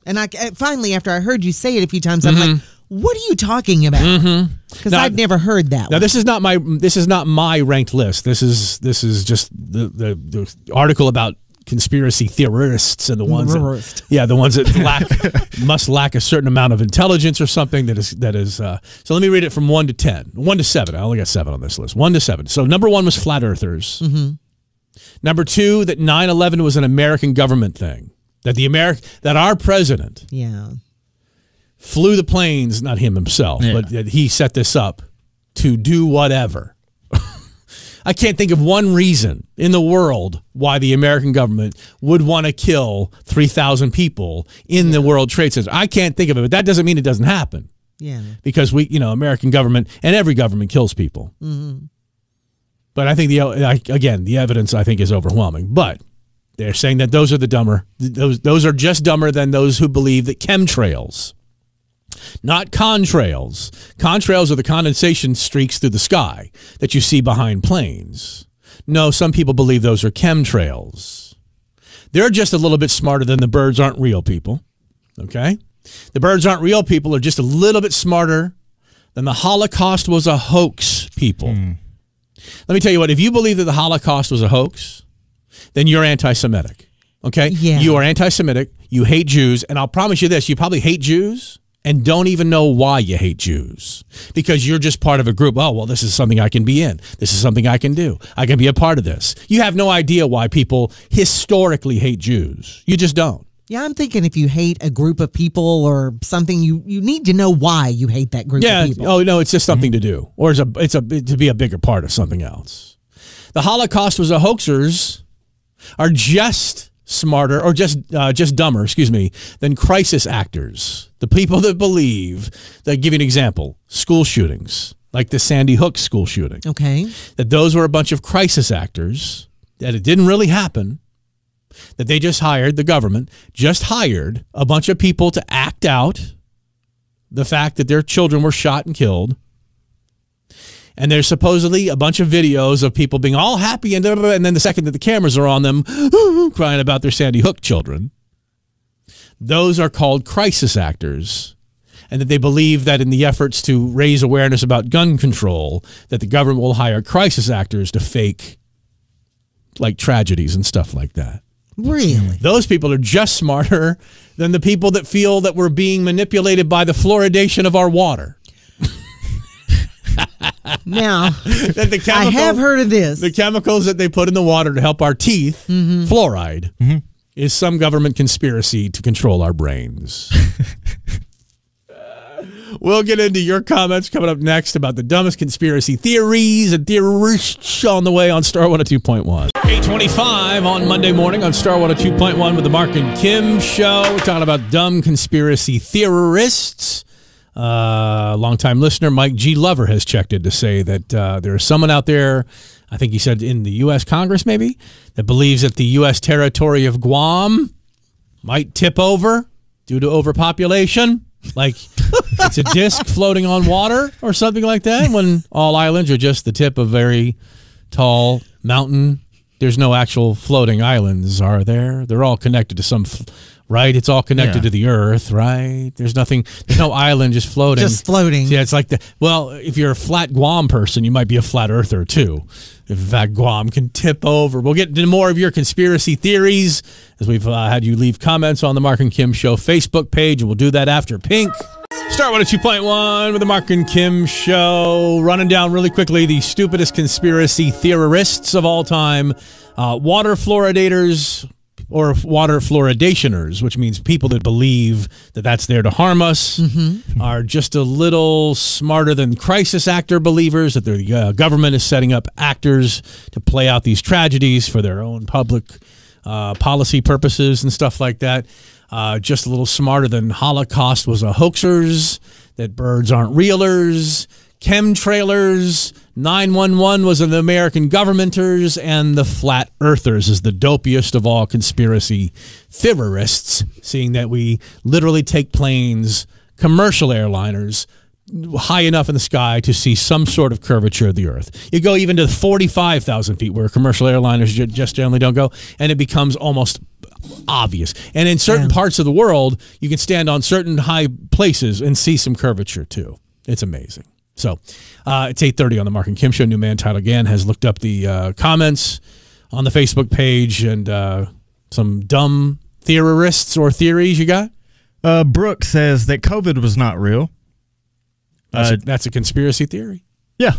And I uh, finally, after I heard you say it a few times, I'm like, what are you talking about? Because
Mm-hmm. Now-
I'd never heard that
Now
one.
this is not my this is not my ranked list. This is this is just the the, the article about conspiracy theorists and the ones that,
Theorist.
yeah the ones that lack must lack a certain amount of intelligence or something that is that is uh, so let me read it from one to ten one to seven I only got seven on this list one to seven so number one was flat earthers number two that 9-11 was an American government thing that the American that our president
Yeah.
flew the planes, not him himself,
Yeah.
but that he set this up to do whatever. I can't think of one reason in the world why the American government would want to kill 3,000 people in the World Trade Center. I can't think of it, but that doesn't mean it doesn't happen
Yeah.
because we, you know, American government and every government kills people. But I think the I, again the evidence I think is overwhelming. But they're saying that those are the dumber those those are just dumber than those who believe that chemtrails, not contrails. Contrails are the condensation streaks through the sky that you see behind planes. No, some people believe those are chemtrails. They're just a little bit smarter than the birds aren't real people. Okay? The birds aren't real people are just a little bit smarter than the Holocaust was a hoax people. Let me tell you what, if you believe that the Holocaust was a hoax, then you're anti Semitic. Okay?
Yeah.
You are anti Semitic, you hate Jews, and I'll promise you this you probably hate Jews and don't even know why you hate Jews because you're just part of a group. Oh, well, this is something I can be in. This is something I can do. I can be a part of this. You have no idea why people historically hate Jews. You just don't.
Yeah, I'm thinking if you hate a group of people or something, you, you need to know why you hate that group
Yeah.
of people.
Oh no, it's just something to do, or it's a it's a to be a bigger part of something else. The Holocaust was a hoaxers are just smarter or just uh, just dumber, excuse me, than crisis actors. The people that believe that give you an example, school shootings like the Sandy Hook school shooting,
Okay.
that those were a bunch of crisis actors that it didn't really happen. That they just hired the government, just hired a bunch of people to act out the fact that their children were shot and killed. And there's supposedly a bunch of videos of people being all happy and, blah, blah, blah, and then the second that the cameras are on them, crying about their Sandy Hook children. Those are called crisis actors. And that they believe that in the efforts to raise awareness about gun control, that the government will hire crisis actors to fake like tragedies and stuff like that
Really?
those people are just smarter than the people that feel that we're being manipulated by the fluoridation of our water.
now,
That the
I
chemical,
have heard of this.
the chemicals that they put in the water to help our teeth, fluoride, is some government conspiracy to control our brains. We'll get into your comments coming up next about the dumbest conspiracy theories and theorists on the way on Star 102.1. 825 on Monday morning on Star 102.1 with the Mark and Kim show. We're talking about dumb conspiracy theorists. Uh, longtime listener Mike G. Lover has checked in to say that uh, there is someone out there, I think he said in the U.S. Congress maybe, that believes that the U.S. territory of Guam might tip over due to overpopulation. Like it's a disc floating on water or something like that when all islands are just the tip of very tall mountain. There's no actual floating islands, are there? They're all connected to some, f- right? It's all connected
Yeah.
to the earth, right? There's nothing, there's no island just floating.
Just floating.
Yeah, it's like the, well, if you're a flat Guam person, you might be a flat earther too. If that Guam can tip over. We'll get into more of your conspiracy theories as we've uh, had you leave comments on the Mark and Kim Show Facebook page, and we'll do that after Pink. Start with a 2.1 with the Mark and Kim Show. Running down really quickly the stupidest conspiracy theorists of all time uh, water fluoridators or water fluoridationers, which means people that believe that that's there to harm us, are just a little smarter than crisis actor believers that the uh, government is setting up actors to play out these tragedies for their own public uh, policy purposes and stuff like that. Uh, just a little smarter than Holocaust was a hoaxers, that birds aren't realers, chemtrailers, 911 was of the American governmenters, and the flat earthers is the dopiest of all conspiracy theorists, seeing that we literally take planes, commercial airliners, high enough in the sky to see some sort of curvature of the earth. You go even to 45,000 feet where commercial airliners ju- just generally don't go, and it becomes almost obvious. And in certain parts of the world, you can stand on certain high places and see some curvature too. It's amazing. So uh, it's 8.30 on the Mark and Kim Show. New man title again has looked up the uh, comments on the Facebook page and uh, some dumb theorists or theories you got.
Uh, Brooke says that COVID was not real.
That's,
Uh,
a, that's a conspiracy theory.
Yeah.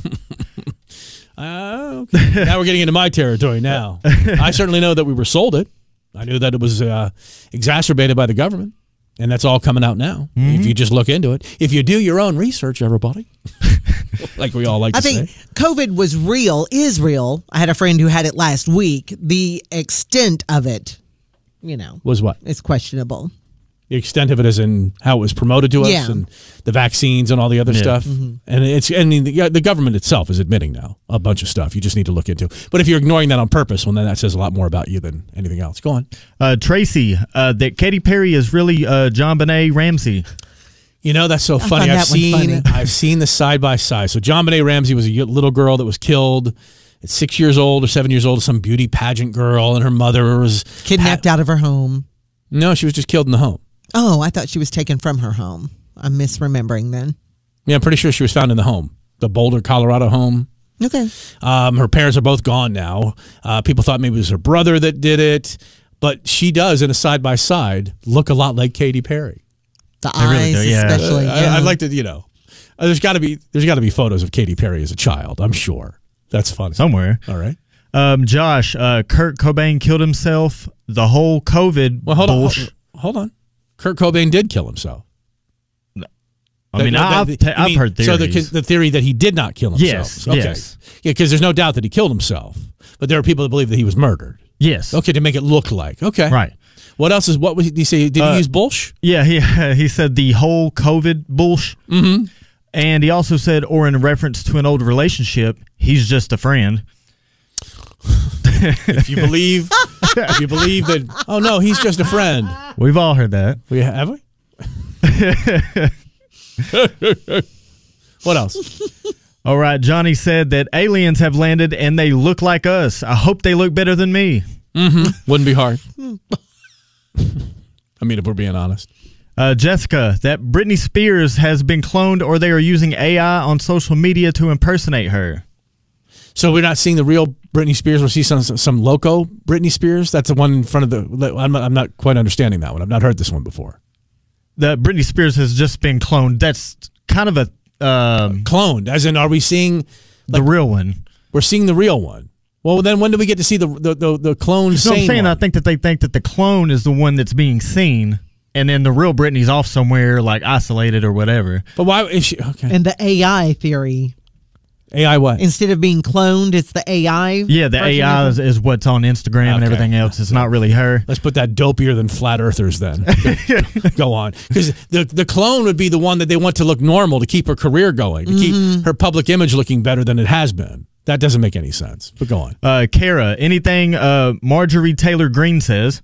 Oh, okay. now we're getting into my territory now. I certainly know that we were sold it. I knew that it was uh, exacerbated by the government, and that's all coming out now. If you just look into it, if you do your own research, everybody, like we all like
I
to
think
say.
COVID was real, is real. I had a friend who had it last week. The extent of it, you know,
Was what
is questionable.
the extent of it is in how it was promoted to us
Yeah. Mm-hmm.
and the vaccines and all the other stuff. And it's and the, the government itself is admitting now a bunch of stuff. You just need to look into. But if you're ignoring that on purpose, well, then that says a lot more about you than anything else. Go on.
Uh, Tracy, uh, that Katy Perry is really uh, John Bonet Ramsey.
You know that's so funny.
found
I've
that one
seen
funny.
I've seen the side by side. So John Bonet Ramsey was a y- little girl that was killed at six years old or seven years old, some beauty pageant girl, and her mother was
Kidnapped out of her home.
no, she was just killed in the home.
Oh, I thought she was taken from her home. I'm misremembering then.
Yeah, I'm pretty sure she was found in the home, the Boulder, Colorado home.
Okay.
Um, her parents are both gone now. Uh, people thought maybe it was her brother that did it, but she does in a side by side look a lot like Katy Perry.
The
really
eyes,
do, yeah.
especially. yeah.
I, I'd like to, you know, uh, there's got to be there's got to be photos of Katy Perry as a child. I'm sure that's funny.
Somewhere.
All right.
Um, Josh, uh, Kurt Cobain killed himself. The whole COVID.
Well, hold on,
bullsh-
hold, hold on. Kurt Cobain did kill himself.
I mean,
That- that-
I've,
that-
ta-
I
I've
mean,
heard theories.
So the, the theory that he did not kill himself.
Yes,
Okay.
yes.
Yeah, because there's no doubt that he killed himself, but there are people that believe that he was murdered.
yes.
Okay, to make it look like. Okay.
Right.
What else is what was he, did he say? Did he
Uh,
use bullsh?
Yeah, he he said the whole COVID bullsh. Mm-hmm. And he also said, or in reference to an old relationship, he's just a friend.
If you believe, if you believe that. Oh no, he's just a friend.
We've all heard that.
We have we. what else?
All right, Johnny said that aliens have landed and they look like us. I hope they look better than me.
Wouldn't be hard. I mean, if we're being honest.
Uh, Jessica, that Britney Spears has been cloned or they are using AI on social media to impersonate her.
So we're not seeing the real Britney Spears. We're seeing some some loco Britney Spears. That's the one in front of the. I'm not, I'm not quite understanding that one. I've not heard this one before.
That Britney Spears has just been cloned. That's kind of a um,
Cloned, as in, are we seeing?
the real one.
We're seeing the real one. Well, then when do we get to see the the the, the clone?
No, I'm
sane
saying I
one?
think that they think that the clone is the one that's being seen, and then the real Britney's off somewhere, like isolated or whatever.
But why is she okay?
and the AI theory.
AI what?
Instead of being cloned, it's the AI.
Yeah, the
version
AI
of
is, is what's on Instagram and
Okay.
everything else. It's not really her.
Let's put that dopier than flat earthers then. Go on. Because the, the clone would be the one that they want to look normal to keep her career going, to
Mm-hmm.
keep her public image looking better than it has been. That doesn't make any sense. But go on.
Uh, Kara, anything uh, Marjorie Taylor Green says,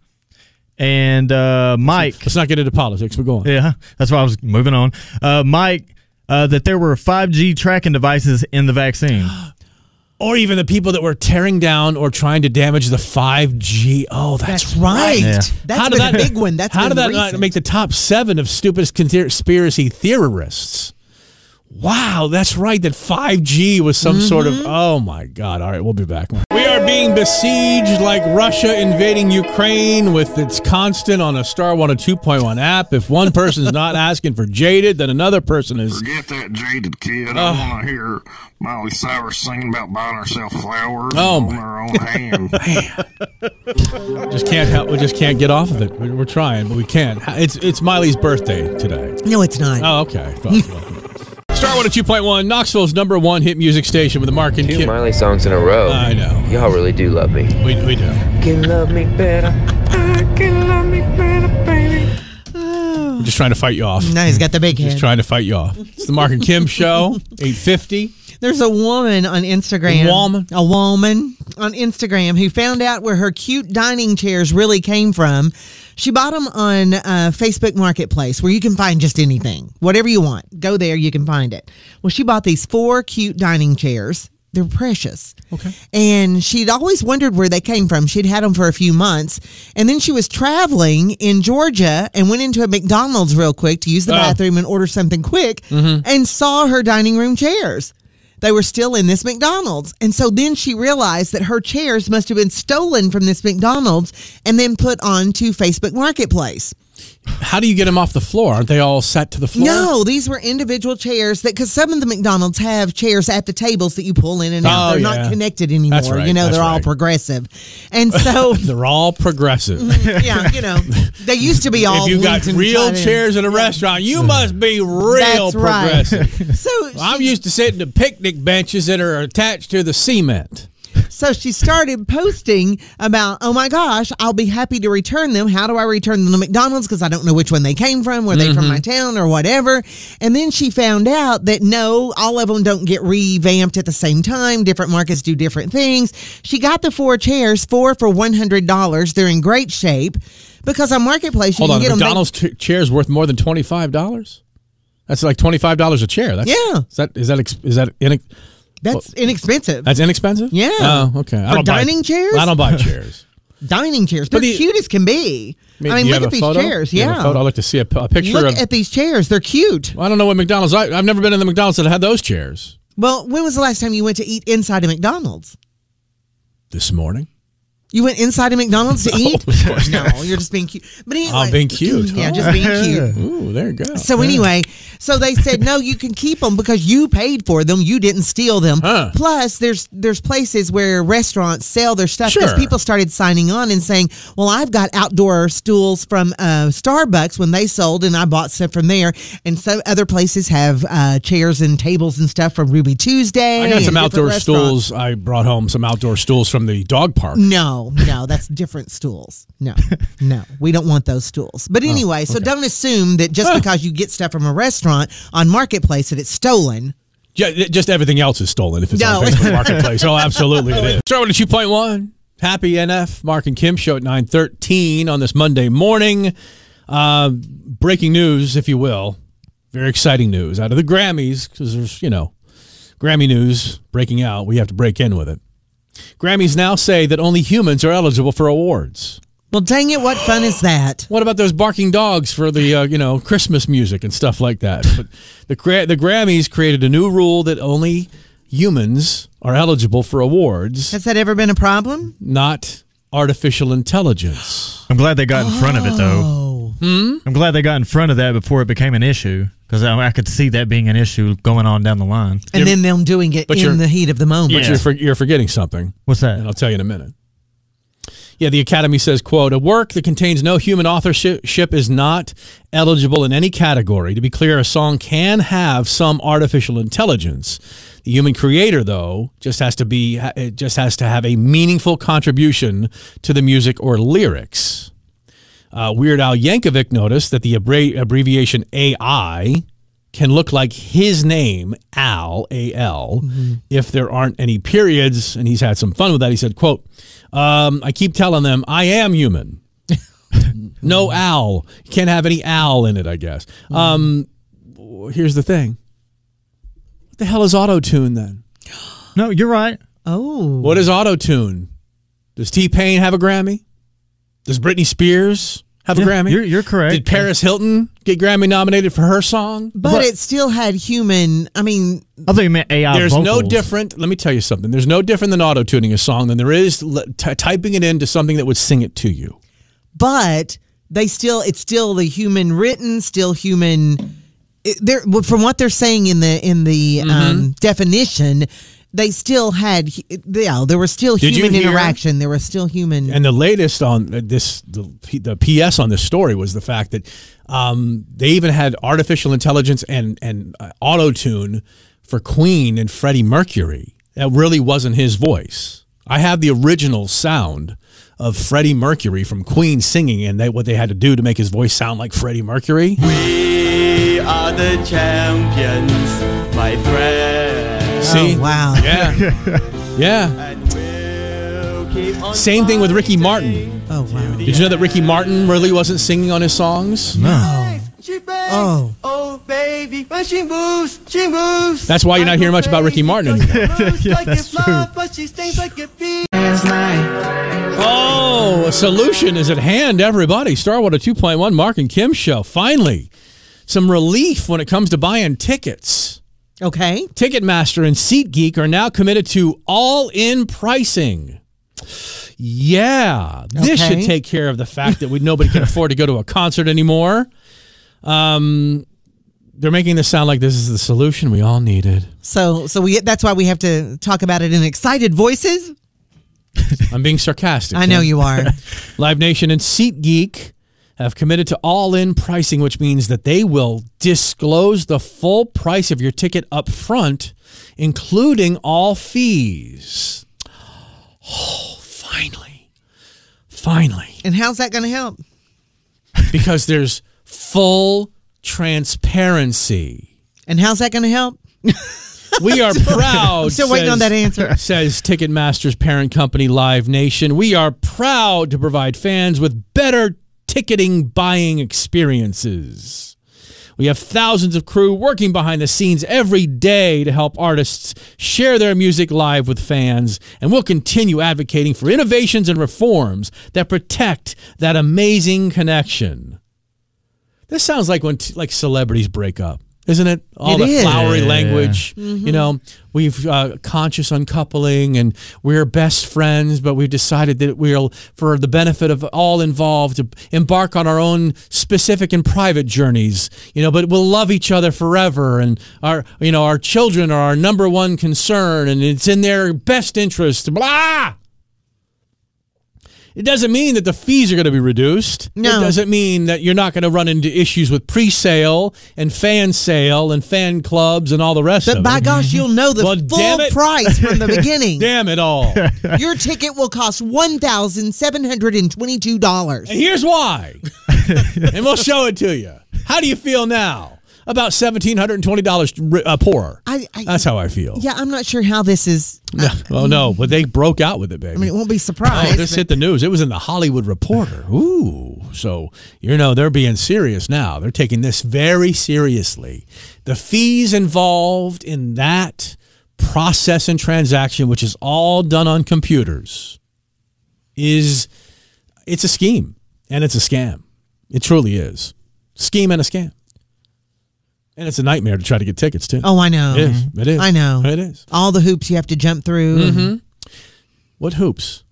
and uh, Mike.
Let's not get into politics, but go on.
Yeah, that's why I was moving on. Uh, Mike, uh, that there were 5G tracking devices in the vaccine.
Or even the people that were tearing down or trying to damage the 5G. Oh, that's,
That's right.
Yeah.
That's
How
been
did
a big one. That's
how did
been
that not
recent.
make the top seven of stupidest conspiracy theorists? Wow, that's right. That 5G was some sort
Mm-hmm.
of. Oh my God. All right, we'll be back. We are being besieged like Russia invading Ukraine with its constant on a Star 102.1 app. If one person's not asking for jaded, then another person is.
Forget that jaded kid.
Oh.
I want to hear Molly Cyrus singing about buying herself flowers
Oh,
on
my-
her own hand.
Just can't help. We just can't get off of it. We- We're trying, but we can't. It's, it's Miley's birthday today.
it. No, it's not.
Oh, okay. Star 102.1, Knoxville's number one hit music station with the Mark and
Two
Kim.
Miley songs in a row.
I know.
Y'all really do love me.
We, we do.
Can love me better.
Oh.
I'm just trying to fight you off.
No, he's got the big head.
Just trying to fight you off. It's the Mark and Kim show, 850.
There's a woman on Instagram.
A woman?
A woman on Instagram who found out where her cute dining chairs really came from. She bought them on uh, Facebook Marketplace where you can find just anything, whatever you want. Go there, you can find it. Well, she bought these four cute dining chairs. They're precious. Okay. And she'd always wondered where they came from. She'd had them for a few months. And then she was traveling in Georgia and went into a McDonald's real quick to use the
Oh.
bathroom and order something quick
Mm-hmm.
and saw her dining room chairs. They were still in this McDonald's. And so then she realized that her chairs must have been stolen from this McDonald's and then put onto Facebook Marketplace.
How do you get them off the floor? Aren't they all set to the floor?
No, these were individual chairs that because some of the McDonald's have chairs at the tables that you pull in and out.
Oh,
they're
yeah.
not connected anymore.
That's right,
You know,
that's
they're all
right.
progressive, and so
They're all progressive.
yeah, you know, they used to be all.
if you got
linked and
real
tied in.
chairs at a restaurant, you must be real
That's right.
progressive.
So
I'm used to sitting to picnic benches that are attached to the cement.
So she started posting about, oh my gosh, I'll be happy to return them. How do I return them to McDonald's? Because I don't know which one they came from. Were they from my
Mm-hmm.
town or whatever? And then she found out that no, all of them don't get revamped at the same time. Different markets do different things. She got the four chairs, four for $100. They're in great shape because on Marketplace, you
Hold
can
on,
get
a
them.
McDonald's ch- chair's worth more than twenty five dollars. That's like twenty five dollars a chair. That's,
Yeah.
Is that is that ex- is that in,
That's inexpensive.
that's inexpensive?
Yeah.
Oh, okay. I
For
don't buy-
dining chairs?
I don't buy chairs.
Dining chairs. They're
But the-
cute as can be. I mean,
you
look
have
at
a
these
photo?
chairs.
You
Yeah.
have a photo. I looked to see a, p- a picture
Look
of.
at these chairs. They're cute.
I don't know what McDonald's. I, I've never been in the McDonald's that had those chairs
Well, when was the last time you went to eat inside a McDonald's?
this morning.
You went inside a McDonald's to eat? no, you're just being cute. But anyway,
I'm being cute.
Yeah,
huh?
just being cute.
Ooh, there you go.
So anyway, so they said no, you can keep them because you paid for them, you didn't steal them.
Huh.
Plus, there's there's places where restaurants sell their stuff because
Sure.
people started signing on and saying, "Well, I've got outdoor stools from uh, Starbucks when they sold, and I bought stuff from there." And so other places have uh, chairs and tables and stuff from Ruby Tuesday.
I got
and
some
different
outdoor
restaurants.
stools. I brought home some outdoor stools from the dog park.
No, no, that's different stools. No, no, we don't want those stools. But anyway, so don't assume that just because you get stuff from a restaurant on Marketplace that it's stolen.
Yeah, it- just everything else is stolen if it's on
No.
Facebook Marketplace. Oh, absolutely it is. Starting at two point one. Happy NF Mark and Kim show at nine thirteen on this Monday morning. Uh, breaking news, if you will, very exciting news out of the Grammys because there's you know Grammy news breaking out. We have to break in with it. Grammys now say that only humans are eligible for awards.
Well, dang it, what fun is that?
What about those barking dogs for the uh, you know Christmas music and stuff like that? But the Gra- the Grammys created a new rule that only humans are eligible for awards,
Has that ever been a problem?
not artificial intelligence.
I'm glad they got in front of it though. Hmm? I'm glad they got in front of that before it became an issue because I, I could see that being an issue going on down the line.
And then them doing it
But you're-
in the heat of the moment.
Yeah.
You're, for- you're forgetting something,
What's that?
and I'll tell you in a minute. Yeah, the Academy says, "quote A work that contains no human authorship is not eligible in any category. To be clear, a song can have some artificial intelligence. The human creator, though, just has to be it just has to have a meaningful contribution to the music or lyrics." Uh, Weird Al Yankovic noticed that the abbre- abbreviation AI can look like his name, Al, A
Mm-hmm.
if there aren't any periods. And he's had some fun with that. He said, quote, um, I keep telling them, I am human.
Mm-hmm.
no Al. Can't have any Al in it, I guess. Um, w- here's the thing. What the hell is auto tune then?
No, you're right.
Oh,
What is auto tune? Does T Pain have a Grammy? Does Britney Spears have a
Yeah,
Grammy?
you're- you're correct.
Did Paris Hilton get Grammy nominated for her song?
but, it still had human. I mean,
I thought you meant AI.
There's no
vocals.
different. Let me tell you something. There's no different than auto tuning a song than there is l- ty typing it into something that would sing it to you.
but they still it's still the human written, still human. It, they're well, from what they're saying in the in the
Mm-hmm.
um, definition. They still had, hu- yeah, there was still
Did you
human
hear-
interaction. There was still human.
And the latest on uh, this, the, P- the PS on this story was the fact that um, they even had artificial intelligence and and uh, auto tune for Queen and Freddie Mercury. That really wasn't his voice. I have the original sound of Freddie Mercury from Queen singing and they, what they had to do to make his voice sound like Freddie Mercury.
We are the champions, my
Oh,
friend.
See?
oh, wow.
Yeah. yeah. Same thing with Ricky Martin.
Oh, wow.
Did you know that Ricky Martin really wasn't singing on his songs?
No.
She bangs.
Oh.
Oh, baby. When she moves, she moves.
That's why you're not hearing much about Ricky Martin anymore.
yeah, that's true. But she stings like a bee.
Oh, a solution is at hand, everybody. Starwater 2.1, Mark and Kim show. Finally, some relief when it comes to buying tickets.
Okay.
Ticketmaster and SeatGeek are now committed to all in pricing. Yeah, this
Okay.
should take care of the fact that we nobody can afford to go to a concert anymore. Um, they're making this sound like this is the solution we all needed.
So so we that's why we have to talk about it in excited voices.
I'm being sarcastic.
I know
Kim.
you are.
Live Nation and SeatGeek have committed to all in pricing, which means that they will disclose the full price of your ticket up front, including all fees. Oh, finally. Finally.
and how's that going to help?
Because there's full transparency.
And how's that going to help?
We are proud.
I'm still waiting on
says-
that answer.
Says Ticketmaster's parent company, Live Nation. We are proud to provide fans with better ticketing buying experiences. We have thousands of crew working behind the scenes every day to help artists share their music live with fans, and we'll continue advocating for innovations and reforms that protect that amazing connection. This sounds like when t- like celebrities break up, isn't it? All
It
the
is.
flowery
Yeah.
language, you know. We've uh, conscious uncoupling, and we're best friends, but we've decided that we'll, for the benefit of all involved, to embark on our own specific and private journeys, you know. But we'll love each other forever, and our, you know, our children are our number one concern, and it's in their best interest. Blah. It doesn't mean that the fees are going to be reduced.
No.
It doesn't mean that you're not going to run into issues with pre-sale and fan sale and fan clubs and all the rest of
But by
it.
gosh, you'll know the
Well, damn
full
it.
price from the beginning.
Damn it all. and
Your ticket will cost $1,722.
here's why. and we'll show it to you. How do you feel now? About $1,720 ri- uh, poorer.
I, I,
That's how I feel.
yeah, I'm not sure how this is.
No, oh, no. But they broke out with it, baby.
I mean, it won't be
Oh,
surprised.
this hit the news. It was in the Hollywood Reporter. Ooh. So, you know, they're being serious now. They're taking this very seriously. The fees involved in that process and transaction, which is all done on computers, is it's a scheme and it's a scam. It truly is. Scheme and a scam. And it's a nightmare to try to get tickets too.
oh, I know.
It is. It is.
I know.
It is. Mm-hmm.
All the hoops you have to jump through.
What hoops?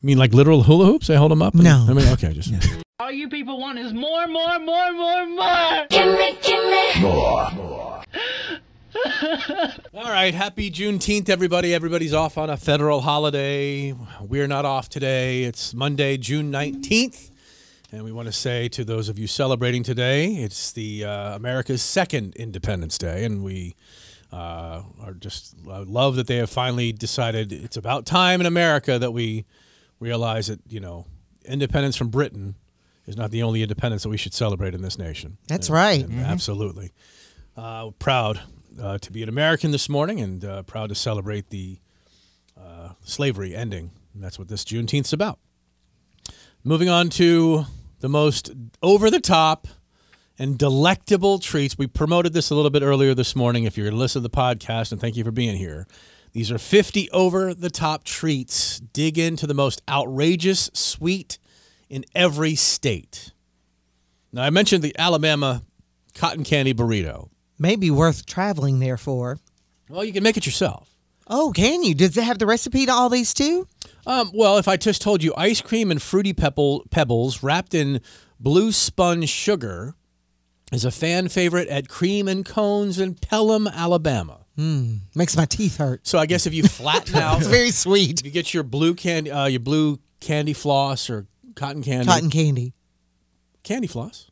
You mean like literal hula hoops? I hold them up. and-
No.
I mean, okay, just
All you people want is more, more, more, more, more.
Gimme, gimme.
All right, happy Juneteenth, everybody. Everybody's off on a federal holiday. We're not off today. It's Monday, June 19th. And we want to say to those of you celebrating today, it's the uh, America's second Independence Day. And we uh, are just I love that they have finally decided it's about time in America that we realize that, you know, independence from Britain is not the only independence that we should celebrate in this nation.
That's right. Mm-hmm.
And Absolutely. Uh, proud uh, to be an American this morning and uh, proud to celebrate the uh, slavery ending. And that's what this Juneteenth's about. Moving on to the most over the top and delectable treats. We promoted this a little bit earlier this morning. If you're listening to the podcast, and thank you for being here. These are 50 over the top treats. Dig into the most outrageous sweet in every state. Now, I mentioned the Alabama cotton candy burrito.
Maybe worth traveling there for.
Well, you can make it yourself.
Oh, can you? Does it have the recipe to all these too?
Um, well, if I just told you ice cream and fruity pebble, pebbles wrapped in blue spun sugar is a fan favorite at Cream and Cones in Pelham, Alabama.
Makes my teeth hurt.
So I guess if you flatten out,
It's very sweet.
if you get your blue candy, uh, your blue candy floss or cotton candy,
Cotton candy.
candy floss.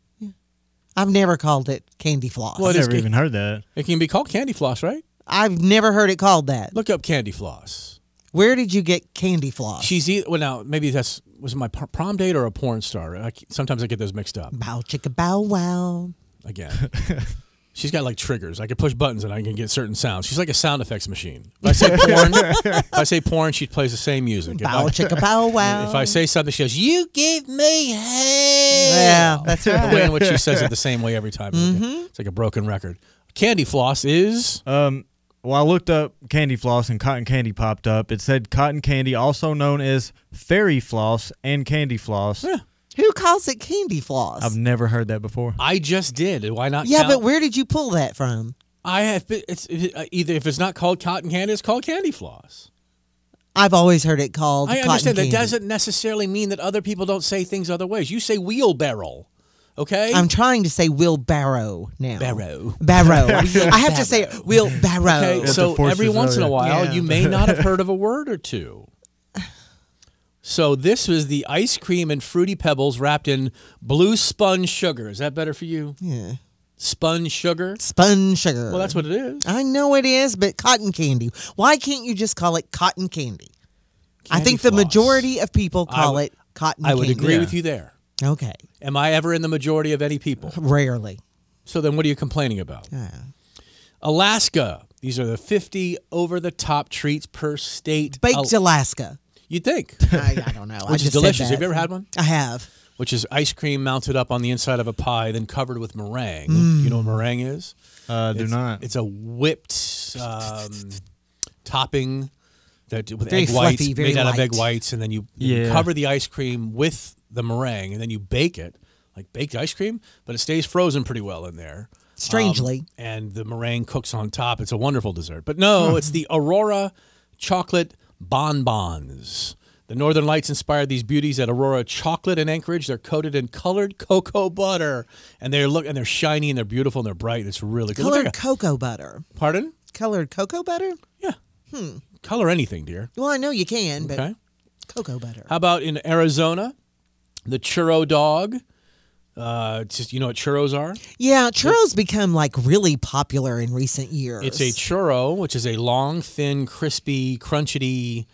I've never called it candy floss.
Well,
I've
it is
never
good.
even heard that.
It can be called candy floss, right?
I've never heard it called that.
Look up candy floss.
Where did you get candy floss?
She's either, well now maybe that's was it my pr- prom date or a porn star. I, c- sometimes I get those mixed up
Bow chicka bow wow.
again. She's got like triggers. I can push buttons and I can get certain sounds. She's like a sound effects machine. If I say porn, if I say porn, she plays the same music. If
Bow
I-
chicka bow wow.
If I say something, she goes, "You give me hell."
Yeah, that's Mm-hmm.
The way in which she
right.
says it the same way every time. It's like a broken record. Candy floss is
um. Well, I looked up candy floss and cotton candy popped up. It said cotton candy, also known as fairy floss and candy floss.
Who calls it candy floss?
I've never heard that before.
I just did. Why not?
yeah,
count-
but where did you pull that from?
I have. Been, it's it- uh, either if it's not called cotton candy, it's called candy floss.
I've always heard it called.
I
cotton
understand
candy.
that doesn't necessarily mean that other people don't say things other ways. You say wheelbarrow, okay?
I'm trying to say wheelbarrow now. Oh.
Barrow.
Barrow. I have to say it, wheelbarrow.
Okay, so every once in a while,
Yeah.
you may not have heard of a word or two. So this was the ice cream and fruity pebbles wrapped in blue spun sugar. Is that better for you?
Yeah.
Spun sugar.
Spun sugar.
Well, that's what it is.
I know it is, but cotton candy. Why can't you just call it cotton candy? I
Candy
think the
floss.
majority of people
I
call
would-
it cotton
I
candy.
would agree with you there.
Okay.
Am I ever in the majority of any people?
Rarely.
So then, what are you complaining about? Alaska. These are the 50 over the top treats per state.
Baked
Al-
Alaska.
You'd think.
I, I don't know. I
Oh. Which is
just said
delicious.
that.
Have you ever had one?
I have.
Which is ice cream mounted up on the inside of a pie, then covered with meringue. You know
Mm.
what meringue is?
Uh, do
it's,
not.
It's a whipped um, topping that with
Very
egg whites
fluffy, very
made out of egg
light.
whites, and then you, you
Yeah.
cover the ice cream with the meringue, and then you bake it like baked ice cream, but it stays frozen pretty well in there.
Strangely.
Um, and the meringue cooks on top. It's a wonderful dessert. But
Hmm.
no, it's the Aurora chocolate bonbons. The Northern Lights inspired these beauties at Aurora Chocolate in Anchorage. They're coated in colored cocoa butter, and they're look and they're shiny and they're beautiful and they're bright. It's really good. It looks
Colored
like a-
cocoa butter.
pardon?
Colored cocoa butter?
Yeah.
Hmm.
Color anything, dear.
Well, I know you can, but
Okay.
cocoa butter.
How about in Arizona, the churro dog? Uh, it's just you know what churros are?
Yeah, churros become like really popular in recent years.
It's a churro, which is a long, thin, crispy, crunchety,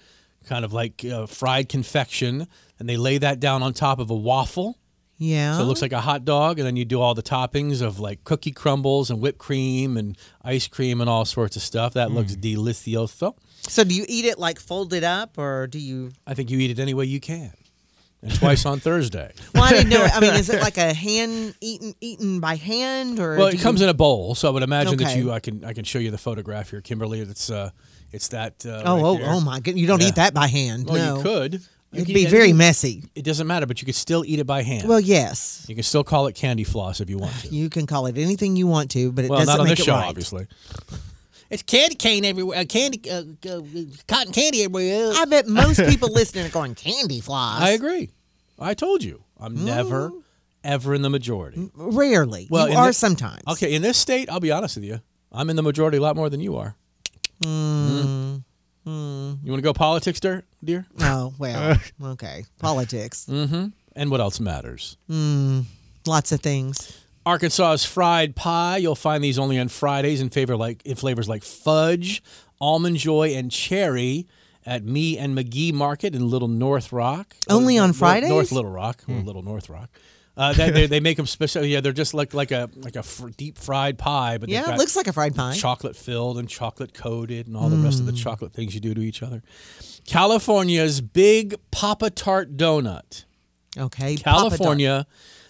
kind of like uh, fried confection, and they lay that down on top of a waffle.
yeah.
So it looks like a hot dog, and then you do all the toppings of like cookie crumbles and whipped cream and ice cream and all sorts of stuff. That looks
Mm.
delicioso.
So do you eat it like folded up, or do you?
I think you eat it any way you can, and twice on Thursday.
Well, I didn't know. I mean, is it like a hand eaten eaten by hand, or
Well,
do
it comes
you...
in a bowl, so I would imagine that
Okay.
you. I can I can show you the photograph here, Kimberly. It's uh, it's that. Uh,
Oh,
right
oh,
there.
oh my goodness! You don't
Yeah.
eat that by hand.
Well,
no,
you could. You
It'd
could
be
eat
very
any-
messy.
It doesn't matter, but you could still eat it by hand.
Well, yes,
you can still call it candy floss if you want to.
you can call it anything you want to, but it
Well,
doesn't
not on
make
this
it
show,
right.
obviously.
It's candy cane everywhere. Uh, candy, uh, uh, cotton candy everywhere.
I bet most people listening are going candy floss.
I agree. I told you, I'm never,
Mm.
ever in the majority.
Rarely,
Well,
you
in
are
thi-
sometimes.
Okay, in this state, I'll be honest with you, I'm in the majority a lot more than you are.
Mm.
You want to go politics, dear? Dear?
Oh well, okay. Politics.
Mm-hmm. And what else matters?
Mm. Lots of things.
Arkansas's fried pie. You'll find these only on Fridays in favor like in flavors like fudge, almond joy, and cherry at Me and McGee Market in Little North Rock.
Only on
North-
Fridays? Hmm.
North Little Rock or Little North Rock. Uh, they, they, they make them special. Yeah, they're just like like a like a fr- deep fried pie, but they've
Yeah, it
got
looks like a fried pie.
chocolate filled and chocolate coated, and all the rest of the
Hmm.
chocolate things you do to each other. California's Big Papa Tart donut.
Okay, Papa Doc.
California,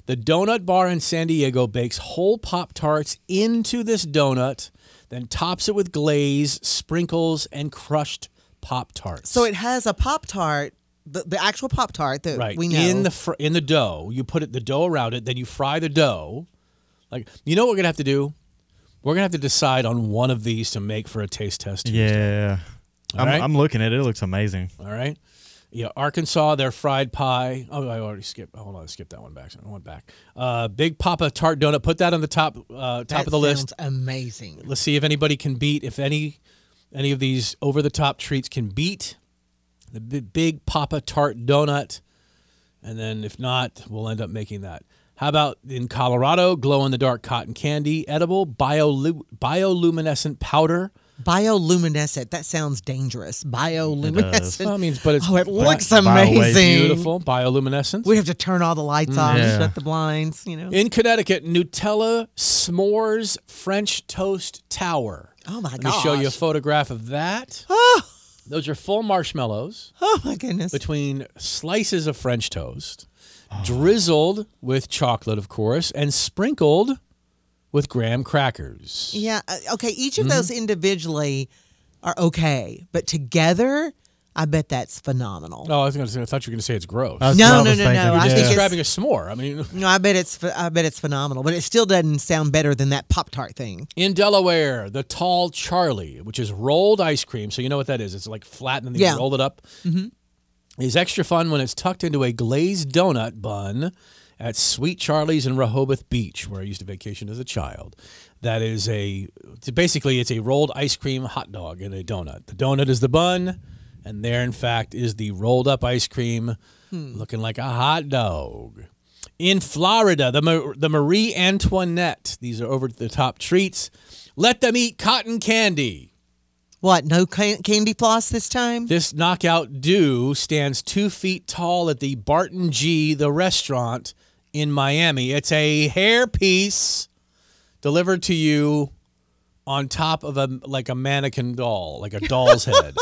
the donut bar in San Diego bakes whole Pop Tarts into this donut, then tops it with glaze, sprinkles, and crushed Pop Tarts.
So it has a pop tart, the, the actual pop tart that
right
we know.
in the fr- in the dough, you put it the dough around it, then you fry the dough. Like you know what we're gonna have to do? We're gonna have to decide on one of these to make for a taste test.
Yeah.
All
I'm,
right.
I'm looking at it. It looks amazing.
All right. Yeah, Arkansas, their fried pie. Oh, I already skipped. Hold on, I skipped that one back. I went back. Uh, Big Papa Tart Donut. Put that on the top uh, top
That
of the list.
sounds Amazing.
Let's see if anybody can beat if any any of these over the top treats can beat the B- Big Papa Tart Donut. And then if not, we'll end up making that. How about in Colorado, glow in the dark cotton candy, edible biolu- bioluminescent powder
Bioluminescent. That sounds dangerous. Bioluminescent.
Well, I mean, but it's
oh, it
bi-
looks
bio-
amazing.
beautiful bioluminescence.
We have to turn all the lights
Mm.
off,
Yeah.
shut the blinds. You know.
In Connecticut, Nutella s'mores French toast tower.
Oh my
Let me show you a
gosh. Ah.
photograph of that. Those are full marshmallows.
Oh my goodness.
Between slices of French toast, drizzled with chocolate, of course, and sprinkled with graham crackers.
Yeah. uh, Okay. Each
Mm-hmm.
of those individually are okay, but together, I bet that's phenomenal.
Oh, I was going to say. I thought you were going to say it's gross.
That's No, what I no, was no, no, thinking. I
You're
think it's-
describing a s'more. I mean,
No, I bet it's ph- I bet it's phenomenal, but it still doesn't sound better than that Pop Tart thing.
In Delaware, the Tall Charlie, which is rolled ice cream. So you know what that is. It's like flat and then
Yeah.
you roll it up.
Mhm.
Is extra fun when it's tucked into a glazed donut bun at Sweet Charlie's in Rehoboth Beach, where I used to vacation as a child. That is a it's basically it's a rolled ice cream hot dog in a donut. The donut is the bun, and there in fact is the rolled up ice cream looking like a hot dog. In Florida, the, Ma- the Marie Antoinette, these are over the top treats. Let them eat cotton candy.
What? No can- candy floss this time?
This knockout do stands two feet tall at the Barton G, the restaurant in Miami. It's a hair piece delivered to you on top of a like a mannequin doll, like a doll's head.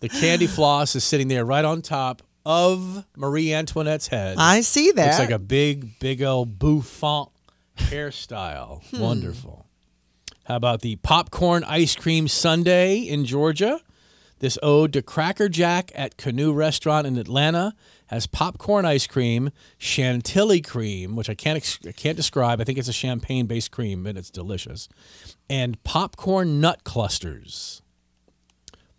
the candy floss is sitting there right on top of Marie Antoinette's head.
I see
Looks
that.
like a big, big old bouffant hairstyle.
Hmm.
Wonderful. How about the popcorn ice cream sundae in Georgia? This ode to Cracker Jack at Canoe Restaurant in Atlanta has popcorn ice cream, chantilly cream, which I can't ex- I can't describe. I think it's a champagne-based cream, and it's delicious. And popcorn nut clusters.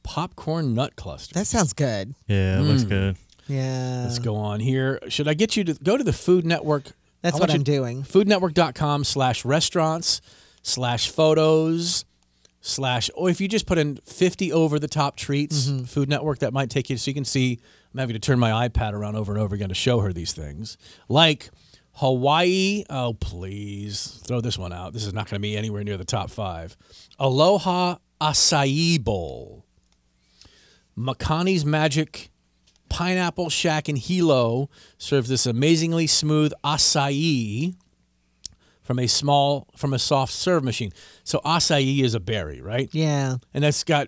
Popcorn nut clusters.
That sounds good.
Yeah, it looks
Mm.
good.
Yeah.
Let's go on here. Should I get you to go to the Food Network?
That's
I
what
want you-
I'm doing.
Foodnetwork.com slash restaurants slash photos slash, or if you just put in 50 over the top treats, Food Network, that might take you so you can see. I'm having to turn my iPad around over and over again to show her these things. Like Hawaii, oh, please throw this one out. This is not going to be anywhere near the top five. Aloha Acai Bowl. Makani's Magic Pineapple Shack in Hilo serves this amazingly smooth acai from a small from a soft serve machine. So acai is a berry, right?
Yeah.
And that's got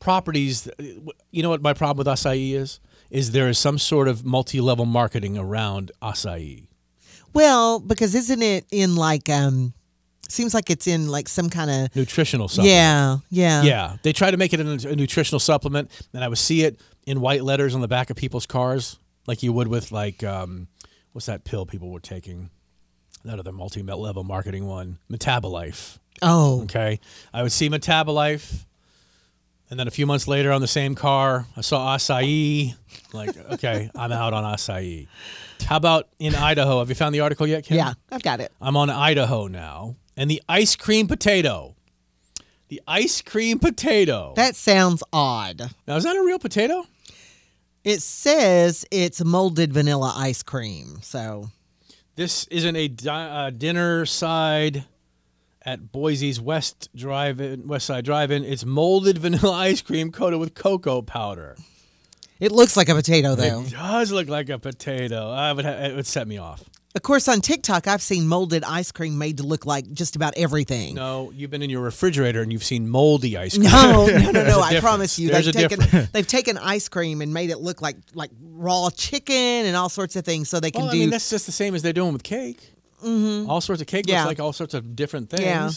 properties. that- You know what my problem with acai is? Is there is some sort of multi-level marketing around acai.
Well, because isn't it in like um seems like it's in like some kind of
nutritional supplement.
Yeah, yeah.
Yeah. They try to make it a, a nutritional supplement, and I would see it in white letters on the back of people's cars, like you would with like um, what's that pill people were taking? That other multi-level marketing one, Metabolife.
Oh.
Okay. I would see Metabolife, and then a few months later on the same car, I saw acai. Like, okay, I'm out on acai. How about in Idaho? Have you found the article yet, Kim?
Yeah, I've got it.
I'm on Idaho now, and the ice cream potato. The ice cream potato.
That sounds odd.
Now, is that a real potato?
It says it's molded vanilla ice cream. So,
This isn't a di- uh, dinner side at Boise's West Drive in West Side Drive-in. It's molded vanilla ice cream coated with cocoa powder.
it looks like a potato though.
It does look like a potato. I would ha- it would set me off.
Of course on TikTok I've seen molded ice cream made to look like just about everything.
No, you've been in your refrigerator and you've seen moldy ice cream.
No, no, no,
There's
no!
a
I
difference.
promise you,
There's
they've
a
taken
difference.
they've taken ice cream and made it look like like raw chicken and all sorts of things, so they can
Well, I
do.
mean, that's just the same as they're doing with cake.
Mhm.
All sorts of cake
Yeah.
looks like all sorts of different things.
Yeah.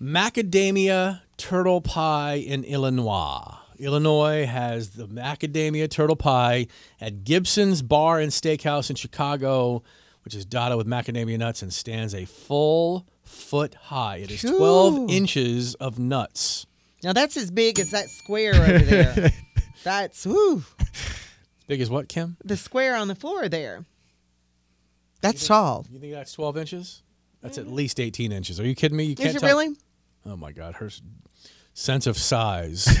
Macadamia turtle pie in Illinois. Illinois has the macadamia turtle pie at Gibson's Bar and Steakhouse in Chicago, which is dotted with macadamia nuts and stands a full foot high. It is 12
Phew.
inches of nuts.
now that's as big as that square over there. that's woo,
Big as what, Kim?
the square on the floor there. That's tall.
You think that's 12 inches? That's at least 18 inches. Are you kidding me? You can't
Mm. Is it
tell-
really?
Oh my God, her s- sense of size.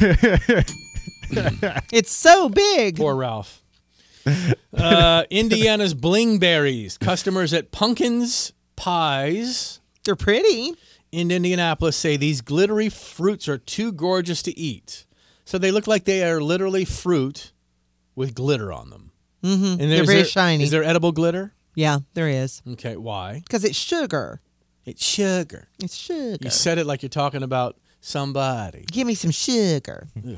It's so big.
Poor Ralph. Uh, Indiana's Blingberries. Customers at Pumpkins Pies.
They're pretty.
in Indianapolis say these glittery fruits are too gorgeous to eat. So they look like they are literally fruit with glitter on them.
Mm-hmm.
And
They're
is
very
there-
shiny.
Is there edible glitter?
yeah, there is.
Okay, why?
Because it's sugar.
It's sugar.
It's sugar.
You said it like you're talking about somebody.
Give me some sugar.
Ugh,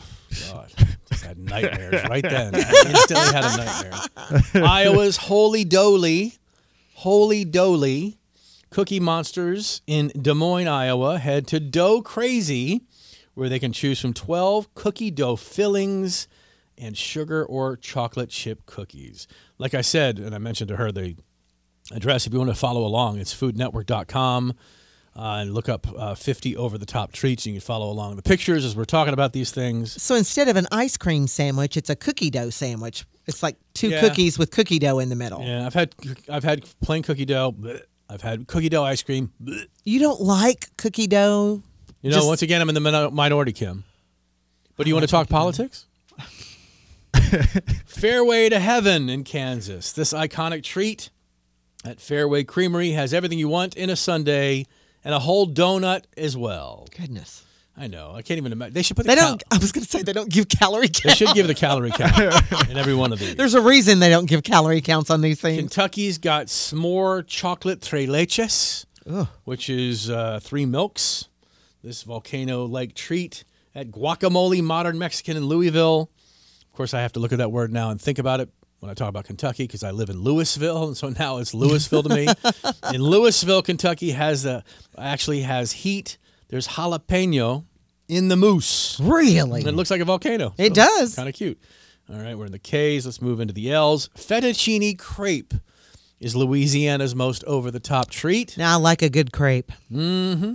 God, just had nightmares right then. I instantly had a nightmare. Iowa's Holy Doly, Holy Doly, Cookie Monsters in Des Moines, Iowa, head to Dough Crazy, where they can choose from 12 cookie dough fillings and sugar or chocolate chip cookies. Like I said, and I mentioned to her, the address, if you want to follow along, it's foodnetwork.com uh, and look up uh, 50 over the top treats. And you can follow along the pictures as we're talking about these things.
So instead of an ice cream sandwich, it's a cookie dough sandwich. It's like two
Yeah.
cookies with cookie dough in the middle.
Yeah, I've had I've had plain cookie dough. bleh. I've had cookie dough ice cream. bleh.
You don't like cookie dough?
You know,
Just-
once again, I'm in the minor- minority, Kim. But do you want to talk politics? Fairway to Heaven in Kansas. This iconic treat at Fairway Creamery has everything you want in a sundae and a whole donut as well.
Goodness.
I know. I can't even imagine. They should put the
They
cal-
don't. I was going to say they don't give calorie counts.
They should give the calorie count in every one of these.
There's a reason they don't give calorie counts on these things.
Kentucky's got s'more chocolate tres leches, which is uh, three milks. This volcano like treat at Guacamole Modern Mexican in Louisville. Of course, I have to look at that word now and think about it when I talk about Kentucky because I live in Louisville, and so now it's Louisville to me. in Louisville, Kentucky has the actually has heat. There's jalapeno in the moose.
Really?
And it looks like a volcano.
It does.
Kind of cute. All right, we're in the K's. Let's move into the L's. Fettuccine crepe is Louisiana's most over the top treat.
Now I like a good crepe.
Mm-hmm.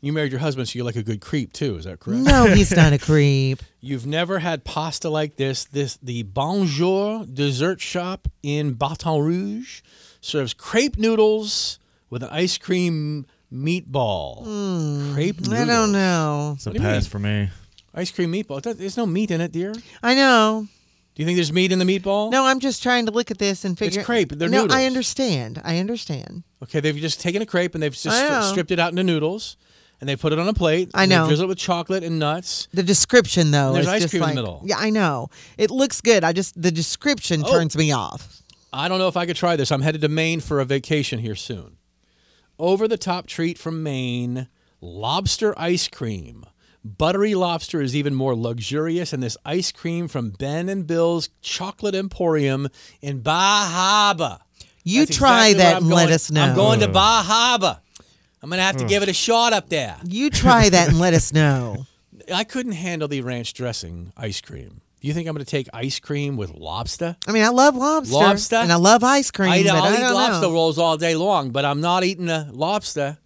You married your husband, so you like a good creep too. Is that correct?
No, he's not a creep.
You've never had pasta like this. This the Bonjour dessert shop in Baton Rouge serves crepe noodles with an ice cream meatball.
Mm,
Crepe
I don't
noodles.
know.
What do you mean?
me.
Ice cream meatball. It does- There's no meat in it, dear.
I know.
Do you think there's meat in the meatball?
No, I'm just trying to look at this and figure.
crepe. They're
no,
noodles.
I understand. I understand.
Okay, they've just taken a crepe and they've just
I
stri-
know.
stripped it out into noodles, and they put it on a plate.
I
and they
know.
drizzle it with chocolate and nuts.
The description though,
There's
is
ice
just
cream in
like,
the middle.
Yeah, I know. It looks good. I just the description
Oh.
turns me off.
I don't know if I could try this. I'm headed to Maine for a vacation here soon. Over the top treat from Maine lobster ice cream. Buttery lobster is even more luxurious, and this ice cream from Ben and Bill's Chocolate Emporium in Bahaba.
You try that and let us know.
I'm going to Bahaba. I'm going to have to
Ugh.
give it a shot up there.
You try that and let us know.
I couldn't handle the ranch dressing ice cream. Do you think I'm going to take ice cream with lobster?
I mean, I love lobster,
Lobster?
and I love ice cream.
I,
but
I'll
I
eat
don't
lobster
know.
rolls all day long, but I'm not eating a lobster.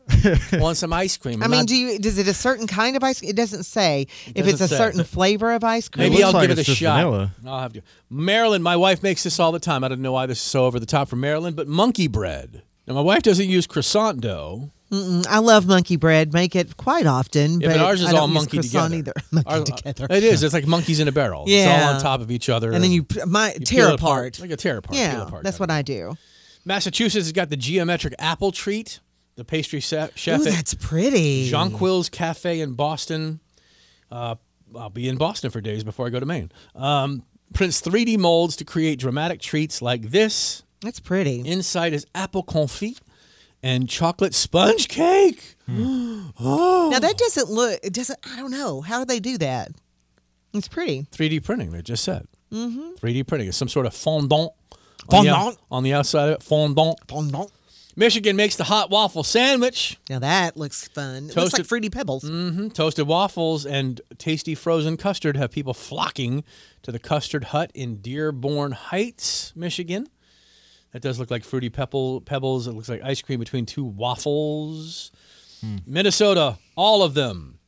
Want some ice cream?
I
I'm
mean,
not-
do you? Does it a certain kind of ice? It doesn't say if
doesn't
it's a
say.
certain flavor of ice cream.
maybe I'll give it a
just
shot.
vanilla.
I'll have to. Maryland, my wife makes this all the time. I don't know why this is so over the top for Maryland, but monkey bread. Now, my wife doesn't use croissant dough.
Mm-mm, I love monkey bread. Make it quite often,
Yeah, but, ours is
I don't
all
use
monkey
croissant
together.
either. Monkey
Ours- uh,
together.
It is. It's like monkeys in a barrel. It's all
Yeah.
on top of each other.
and then you p- my
you
tear
peel it
apart.
Like a tear apart. peel
Yeah,
apart
that's what I do.
Massachusetts has got the geometric apple treat. The pastry se- chef.
Ooh,
at
that's pretty.
Jonquil's Cafe in Boston. Uh, I'll be in Boston for days before I go to Maine. Um, prints 3D molds to create dramatic treats like this.
That's pretty.
Inside is apple confit and chocolate sponge cake. oh,
Now that doesn't look. It doesn't. I don't know. How do they do that? It's pretty.
3D printing. They just said
Mm-hmm.
3D printing is some sort of fondant. on the out-
Fondant.
on the outside of it, fondant.
Fondant.
Michigan makes the hot waffle sandwich.
Now that looks fun. It looks
Toasted-
like fruity pebbles.
hmm Toasted waffles and tasty frozen custard have people flocking to the Custard Hut in Dearborn Heights, Michigan. That does look like fruity pebble, pebbles. It looks like ice cream between two waffles. Minnesota, all of them.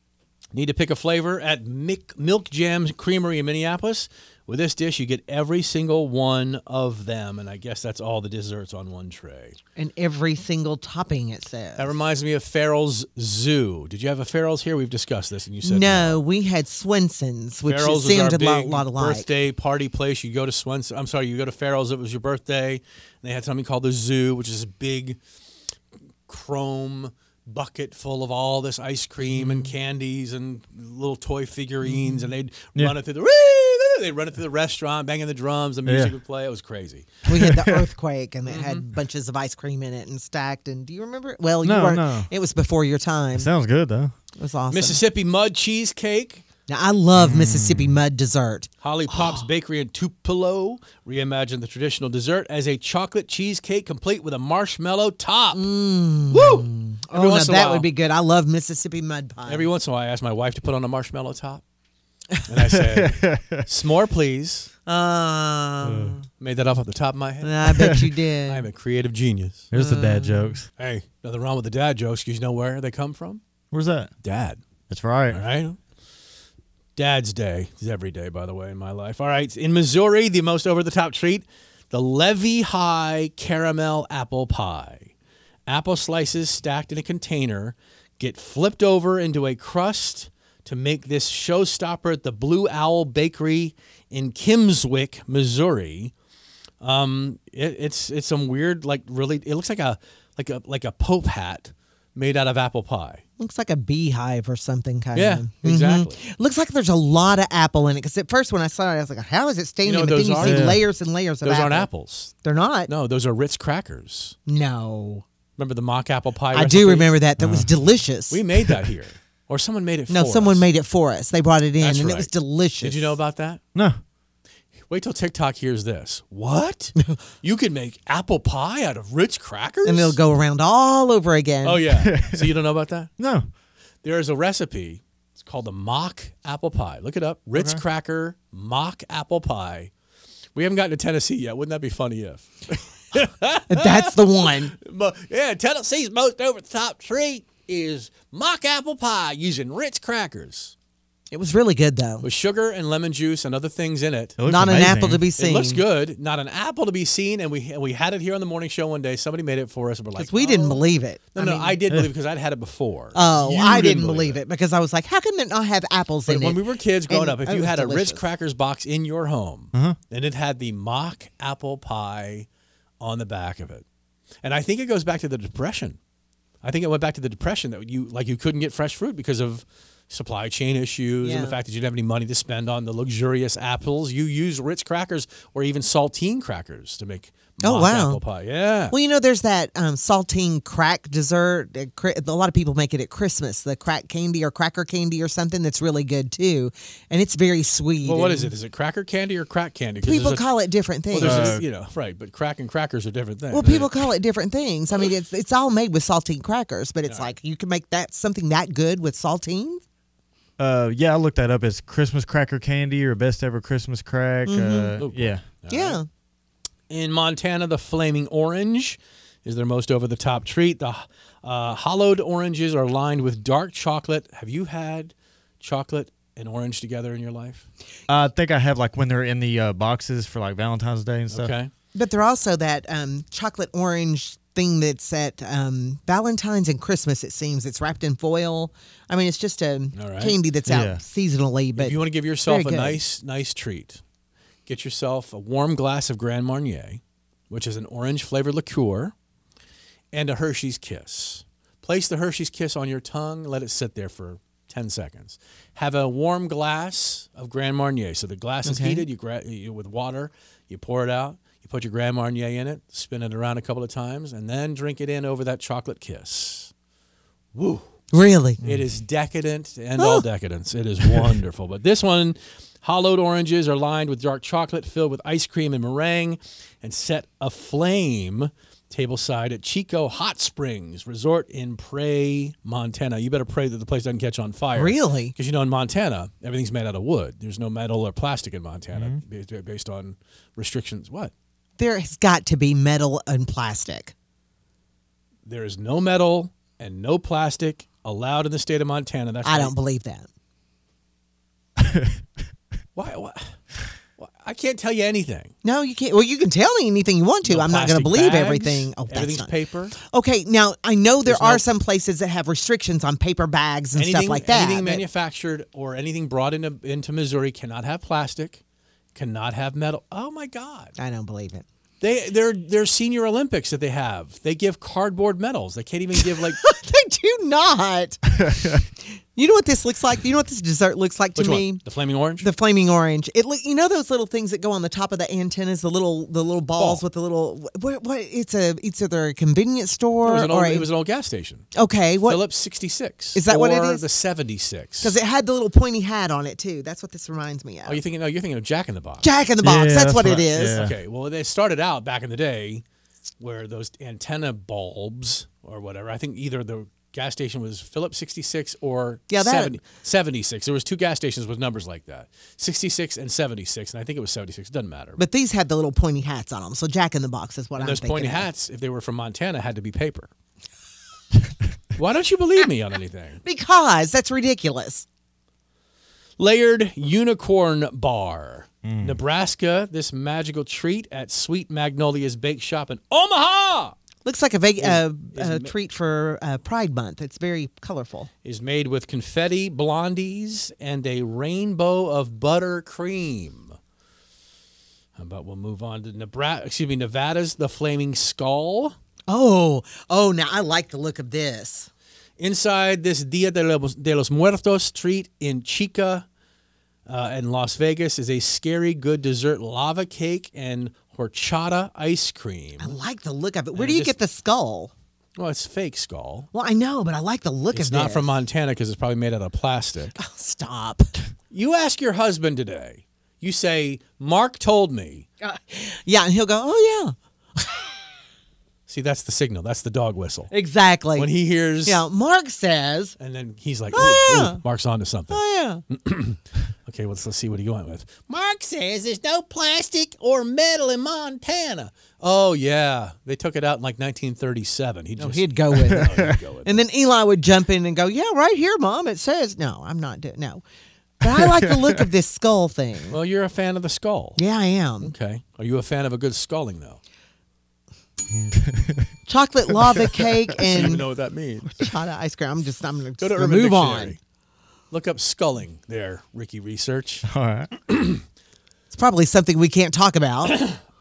Need to pick a flavor at Mick, Milk Jam Creamery in Minneapolis. With this dish, you get every single one of them, and I guess that's all the desserts on one tray.
And every single topping it says.
That reminds me of Farrell's Zoo. Did you have a Farrell's here? We've discussed this, and you
No,
said
we had Swenson's, which
Farrell's was
seemed
our
a lot,
big
lot alike.
Birthday party place. You go to Swenson. I'm sorry, you go to Farrell's. It was your birthday. And they had something called the Zoo, which is a big chrome bucket full of all this ice cream
Mm.
and candies and little toy figurines, and they'd
Yeah.
run it through the. "Whee!" They'd run it through the restaurant, banging the drums. The music
Yeah.
would play. It was crazy.
We had the earthquake, and it
Mm-hmm.
had bunches of ice cream in it and stacked. And do you remember? it? Well, you
No,
weren't.
no.
It was before your time.
Sounds good though.
It was awesome.
Mississippi mud cheesecake.
Now I love
Mm.
Mississippi mud dessert.
Holly Pop's Bakery in Tupelo reimagined the traditional dessert as a chocolate cheesecake complete with a marshmallow top. Woo! Every
Mm. oh, now
once in a
that
while-
would be good. I love Mississippi mud pie.
Every once in a while, I ask my wife to put on a marshmallow top. And I said, s'more, please.
Um,
Made that off off the top of my head.
I bet you did.
I'm a creative genius.
There's the
Uh,
dad jokes.
Hey, nothing wrong with the dad jokes. 'cause You know where they come from?
Where's that?
Dad.
That's right.
All right. Dad's Day is every day, by the way, in my life. All right. In Missouri, the most over the top treat the Levy High Caramel Apple Pie. Apple slices stacked in a container get flipped over into a crust to make this showstopper at the Blue Owl Bakery in Kimswick, Missouri. Um, it, it's it's some weird, like really, it looks like a like a like a pope hat made out of apple pie.
Looks like a beehive or something kind
Yeah,
of.
exactly.
Looks like there's a lot of apple in it because at first when I saw it, I was like, "How is it
You
standing?"
know what
but then
those
you
are?
see layers and layers of
those
apple.
aren't apples.
They're not.
No, those are Ritz crackers.
No,
Remember the mock apple pie?
I do
recipe?
remember that. That was delicious.
We made that here, or someone made it.
no,
for
someone
us.
made it for us. They brought it in,
That's
and
right.
it was delicious.
Did you know about that?
No.
Wait till TikTok hears this. What? you can make apple pie out of Ritz crackers?
And it'll go around all over again.
Oh yeah. so you don't know about that?
No.
There is a recipe. It's called the mock apple pie. Look it up. Ritz
Okay.
cracker mock apple pie. We haven't gotten to Tennessee yet. Wouldn't that be funny if?
That's the one.
Mo- yeah, Tennessee's most over the top treat is mock apple pie using Ritz crackers
It was really good though.
with sugar and lemon juice and other things in it.
looks
Not an
amazing.
apple to be seen.
It looks good. Not an apple to be seen. And we and we had it here on the morning show one day. Somebody made it for us, and we're like,
Because we didn't believe it.
Oh. No,
I
no,
mean-
I did believe it because I'd had it before.
Oh,
You
I didn't believe it. because I was like, how can it not have apples
But
in
when
it?
we were kids growing
And-
up, if
oh,
you
it was
had a Ritz
delicious. Mm-hmm.
crackers box in your home,
Uh-huh.
and it had the mock apple pie on the back of it, and I think it goes back to the depression. I think it went back to the depression that you like you couldn't get fresh fruit because of supply chain issues and the
Yeah.
fact that you didn't have any money to spend on the luxurious apples. You use Ritz crackers or even saltine crackers to make
Oh,
mock
wow.
apple pie. Yeah.
Well, you know, there's that um, saltine crack dessert. uh, cri- A lot of people make it at Christmas, the crack candy or cracker candy or something that's really good too. And it's very sweet.
Well, what
and
is it? Is it cracker candy or crack candy? 'Cause
People
there's a-
call it different things.
Well, there's a- you know, right, but crack and crackers are different things.
Well, people call it different things. I mean, it's it's all made with saltine crackers, but it's like you can make that something that good with saltine.
Uh, yeah, I looked that up as Christmas cracker candy or best ever Christmas crack.
Mhm.
Uh,
Oh,
yeah.
yeah.
In Montana, the flaming orange is their most over the top treat. The uh, hollowed oranges are lined with dark chocolate. Have you had chocolate and orange together in your life?
I think I have like when they're in the uh, boxes for like Valentine's Day and stuff.
Okay.
But they're also that um, chocolate orange thing that's at um, Valentine's and Christmas. It seems it's wrapped in foil. I mean, it's just a
All right.
candy that's
Yeah.
out seasonally. But
if you want to give yourself
very
a
good.
nice, nice treat, get yourself a warm glass of Grand Marnier, which is an orange flavored liqueur, and a Hershey's Kiss. Place the Hershey's Kiss on your tongue, let it sit there for 10 seconds. Have a warm glass of Grand Marnier. So the glass is
Okay.
heated you gra- you, with water, you pour it out, you put your Grand Marnier in it, spin it around a couple of times, and then drink it in over that chocolate kiss. Woo!
really,
It is decadent and
Ah.
all decadence. It is wonderful. but this one, hollowed oranges are lined with dark chocolate, filled with ice cream and meringue, and set aflame tableside at Chico Hot Springs Resort in Prey, Montana. You better pray that the place doesn't catch on fire.
Really?
Because you know, in Montana, everything's made out of wood. There's no metal or plastic in Montana
Mm-hmm.
ba- based on restrictions. What?
there has got to be metal and plastic.
There is no metal and no plastic allowed in the state of Montana. That's
I
why-
don't believe that.
Why, why, why? I can't tell you anything.
No, you can't. Well, you can tell me anything you want to.
No
I'm not going to
plastic
believe
bags.
everything. Oh, that's
Everything's
not.
paper.
Okay, now I know there
There's no-
are some places that have restrictions on paper bags and
anything,
stuff like that.
Anything
but-
manufactured or anything brought into into Missouri cannot have plastic, cannot have metal. Oh my God!
I don't believe it.
They they're they're senior Olympics that they have. They give cardboard medals. They can't even give like
they do not. you know what this looks like? You know what this dessert looks like to
Which one?
me?
The flaming orange.
The flaming orange. It look. You know those little things that go on the top of the antennas, the little the little balls with the little. What? What? It's a. It's either a convenience
It
store
was, an old,
or a,
it was an old gas station.
Okay, what-
Phillips 66.
Is that what it
or
is?
The 76.
because it had the little pointy hat on it too. That's what this reminds me of.
Oh, you thinking? No, you're thinking of Jack in the Box.
Jack in the Box, Yeah, that's that's what it what I- is. yeah.
Okay. Well, they started out back in the day where those antenna bulbs or whatever. I think either the gas station was Phillips 66 or
Yeah, that-
70 76. There was two gas stations with numbers like that, 66 and 76, and I think it was 76. It doesn't matter.
But these had the little pointy hats on them. So Jack in the Box is what
And
I'm
those
thinking.
pointy
of.
hats, if they were from Montana, had to be paper. Why don't you believe me on anything?
Because that's ridiculous.
Layered Unicorn Bar,
Hmm.
Nebraska. This magical treat at Sweet Magnolia's Bake Shop in Omaha
Looks like a, vac-
Is-
uh,
is
uh,
ma-
treat for uh, Pride Month. It's very colorful.
is made with confetti, blondies, and a rainbow of buttercream. But we'll move on to Nebraska. Excuse me, Nevada's the Flaming Skull.
Oh, oh! Now I like the look of this.
Inside this Dia de los, de los Muertos treat in Chica uh, in Las Vegas is a scary good dessert lava cake and horchata ice cream.
I like the look of it. Where
And
do
it
you
just-
get the skull?
Well, it's fake skull.
Well, I know, but I like the look
it's
of
not
this.
from Montana because it's probably made out of plastic.
Stop.
You ask your husband today. You say, Mark told me.
Yeah, and he'll go, "Oh
See, that's the signal. That's the dog whistle.
yeah, exactly."
When he hears,
yeah, Mark says,
and then he's like,
Oh,
"Ooh,
yeah.
ooh, Mark's onto something.
"Oh yeah,
okay, let's, let's see what he went with.
Mark says there's no plastic or metal in Montana.
Oh, yeah. They took it out in like 1937. He
No,
just,
he'd go with it.
Oh, he'd go with it.
And then Eli would jump in and go, "Yeah, right here, mom. It says no. I'm not doing no." But I like the look of this skull thing.
Well, you're a fan of the skull.
Yeah, I am.
Okay. Are you a fan of a good sculling, though?
Chocolate lava cake
I don't even
and
know what that means.
hot ice cream. I'm just, I'm gonna
Go to Urban
move on.
Dictionary. Look up sculling there, Ricky Research.
All right.
It's probably something we can't talk about.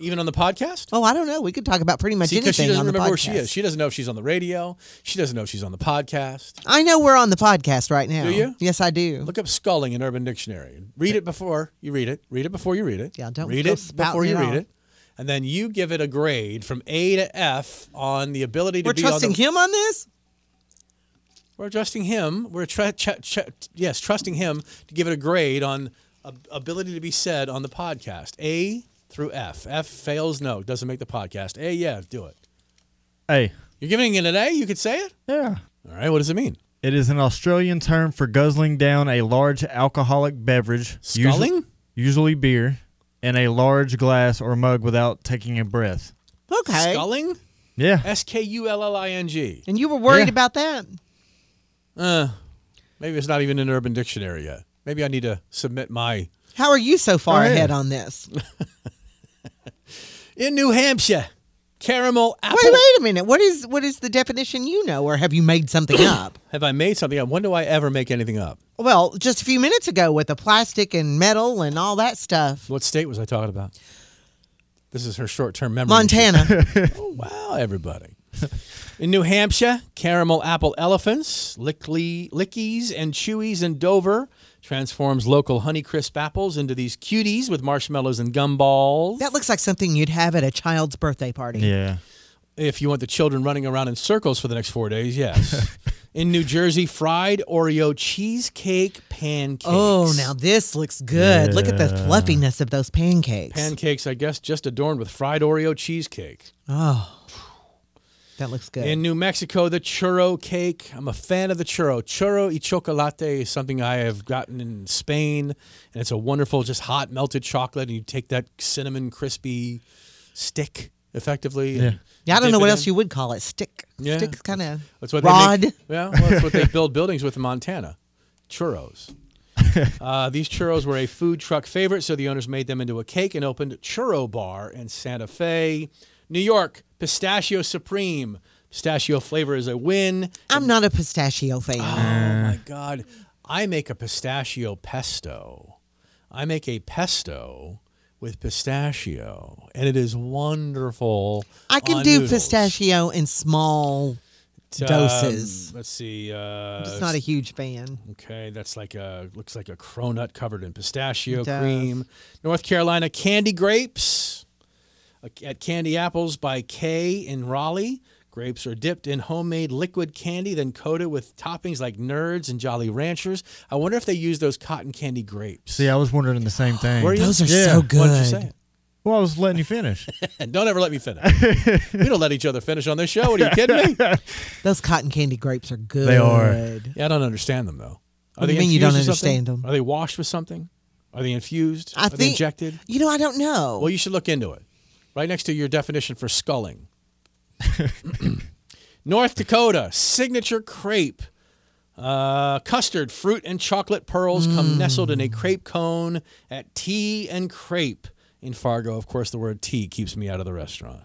Even on the podcast?
oh, I don't know. We could talk about pretty much
See, because she
anything
doesn't
on the
remember
podcast.
where she is. She doesn't know if she's on the radio. She doesn't know if she's on the podcast.
I know we're on the podcast right now.
Do you?
Yes, I do.
Look up sculling in Urban Dictionary. Read it before you read it. Read it before you read it. Yeah,
don't
read
go
it
spouting
before you
it
read
off.
it, and then you give it a grade from A to F on the ability to
we're
be
trusting
on the,
him on this.
We're trusting him. We're tra- ch- ch- yes, trusting him to give it a grade on ab- ability to be said on the podcast. A through F. F fails. No, doesn't make the podcast. A, yeah, do it.
Hey,
You're giving it an A. You could say it.
Yeah.
All right. What does it mean?
it is an Australian term for guzzling down a large alcoholic beverage, usu-
Sculling?
usually beer, in a large glass or mug without taking a breath.
Okay.
Sculling.
Yeah.
S K U L L I N G.
And you were worried
Yeah.
about that?
Uh, maybe it's not even in Urban Dictionary yet. Maybe I need to submit my.
How are you so far
Oh, yeah.
ahead on this? wait,
In New Hampshire, caramel apple.
wait a minute. What is what is the definition you know, or have you made something up?
Have I made something up? When do I ever make anything up?
Well, just a few minutes ago with the plastic and metal and all that stuff.
What state was I talking about? This is her short term memory.
Montana.
oh, wow, everybody. In New Hampshire, caramel apple elephants, lickly, lickies and chewies in Dover transforms local Honeycrisp apples into these cuties with marshmallows and gumballs.
that looks like something you'd have at a child's birthday party.
Yeah.
If you want the children running around in circles for the next four days, yes. in New Jersey, fried Oreo cheesecake pancakes.
Oh, now this looks good. Look at the
Yeah.
fluffiness of those pancakes.
Pancakes, I guess, just adorned with fried Oreo cheesecake.
oh. That looks good.
In New Mexico, the churro cake. I'm a fan of the churro. Churro y chocolate is something I have gotten in Spain, and it's a wonderful, just hot melted chocolate. And you take that cinnamon crispy stick, effectively. and
yeah, I don't
dip
know
it
what
in.
else you would call it. Stick.
Yeah.
Stick's kind of
That's what
rod.
They make, yeah, well, that's what they build buildings with in Montana. Churros. uh, these churros were a food truck favorite, so the owners made them into a cake and opened Churro Bar in Santa Fe, New York. Pistachio Supreme. Pistachio flavor is a win.
I'm not a pistachio fan.
Oh my God. I make a pistachio pesto. I make a pesto with pistachio, and it is wonderful.
I can
on
do
noodles.
pistachio in small
Um,
doses.
let's see. Uh,
I'm just not a huge fan.
Okay, that's like a looks like a cronut covered in pistachio
It does.
cream. North Carolina candy grapes uh, at Candy Apples by K in Raleigh. Grapes are dipped in homemade liquid candy, then coated with toppings like Nerds and Jolly Ranchers. I wonder if they use those cotton candy grapes.
See, I was wondering the same thing.
Were you? Those are
Yeah.
so Why didn't you say good. it?
Well, I was letting you finish.
And don't ever let me finish. we don't let each other finish on this show. What are you kidding me?
Those cotton candy grapes are good.
They are. Yeah, I don't understand them though.
What do you mean you
infused
don't
with something?
understand
Are they washed with something? Are they infused?
I
Are they
think-
injected?
You know, I don't know.
Well, you should look into it. Right next to your definition for sculling. North Dakota signature crepe. Uh, custard, fruit, and chocolate pearls
Hmm.
come nestled in a crepe cone at Tea and Crepe in Fargo. Of course, the word tea keeps me out of the restaurant.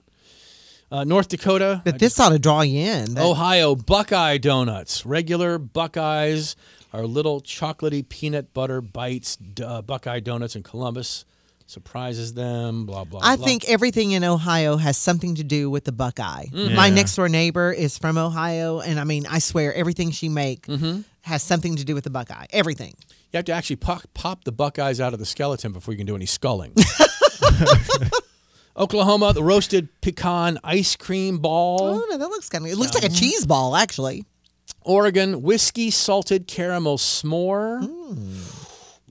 Uh, North Dakota.
But this ought to draw you in. That-
Ohio Buckeye donuts. Regular Buckeyes are little chocolatey peanut butter bites. D- Uh, Buckeye donuts in Columbus surprises them. Blah blah.
I
blah.
think everything in Ohio has something to do with the Buckeye.
Mm.
My
Yeah.
next door neighbor is from Ohio, and I mean, I swear everything she make
Mm-hmm.
has something to do with the Buckeye. Everything.
you have to actually pop, pop the Buckeyes out of the skeleton before you can do any sculling. Oklahoma, the roasted pecan ice cream ball.
Oh no, that looks kind of. It looks like a cheese ball, actually.
Oregon, whiskey salted caramel s'more.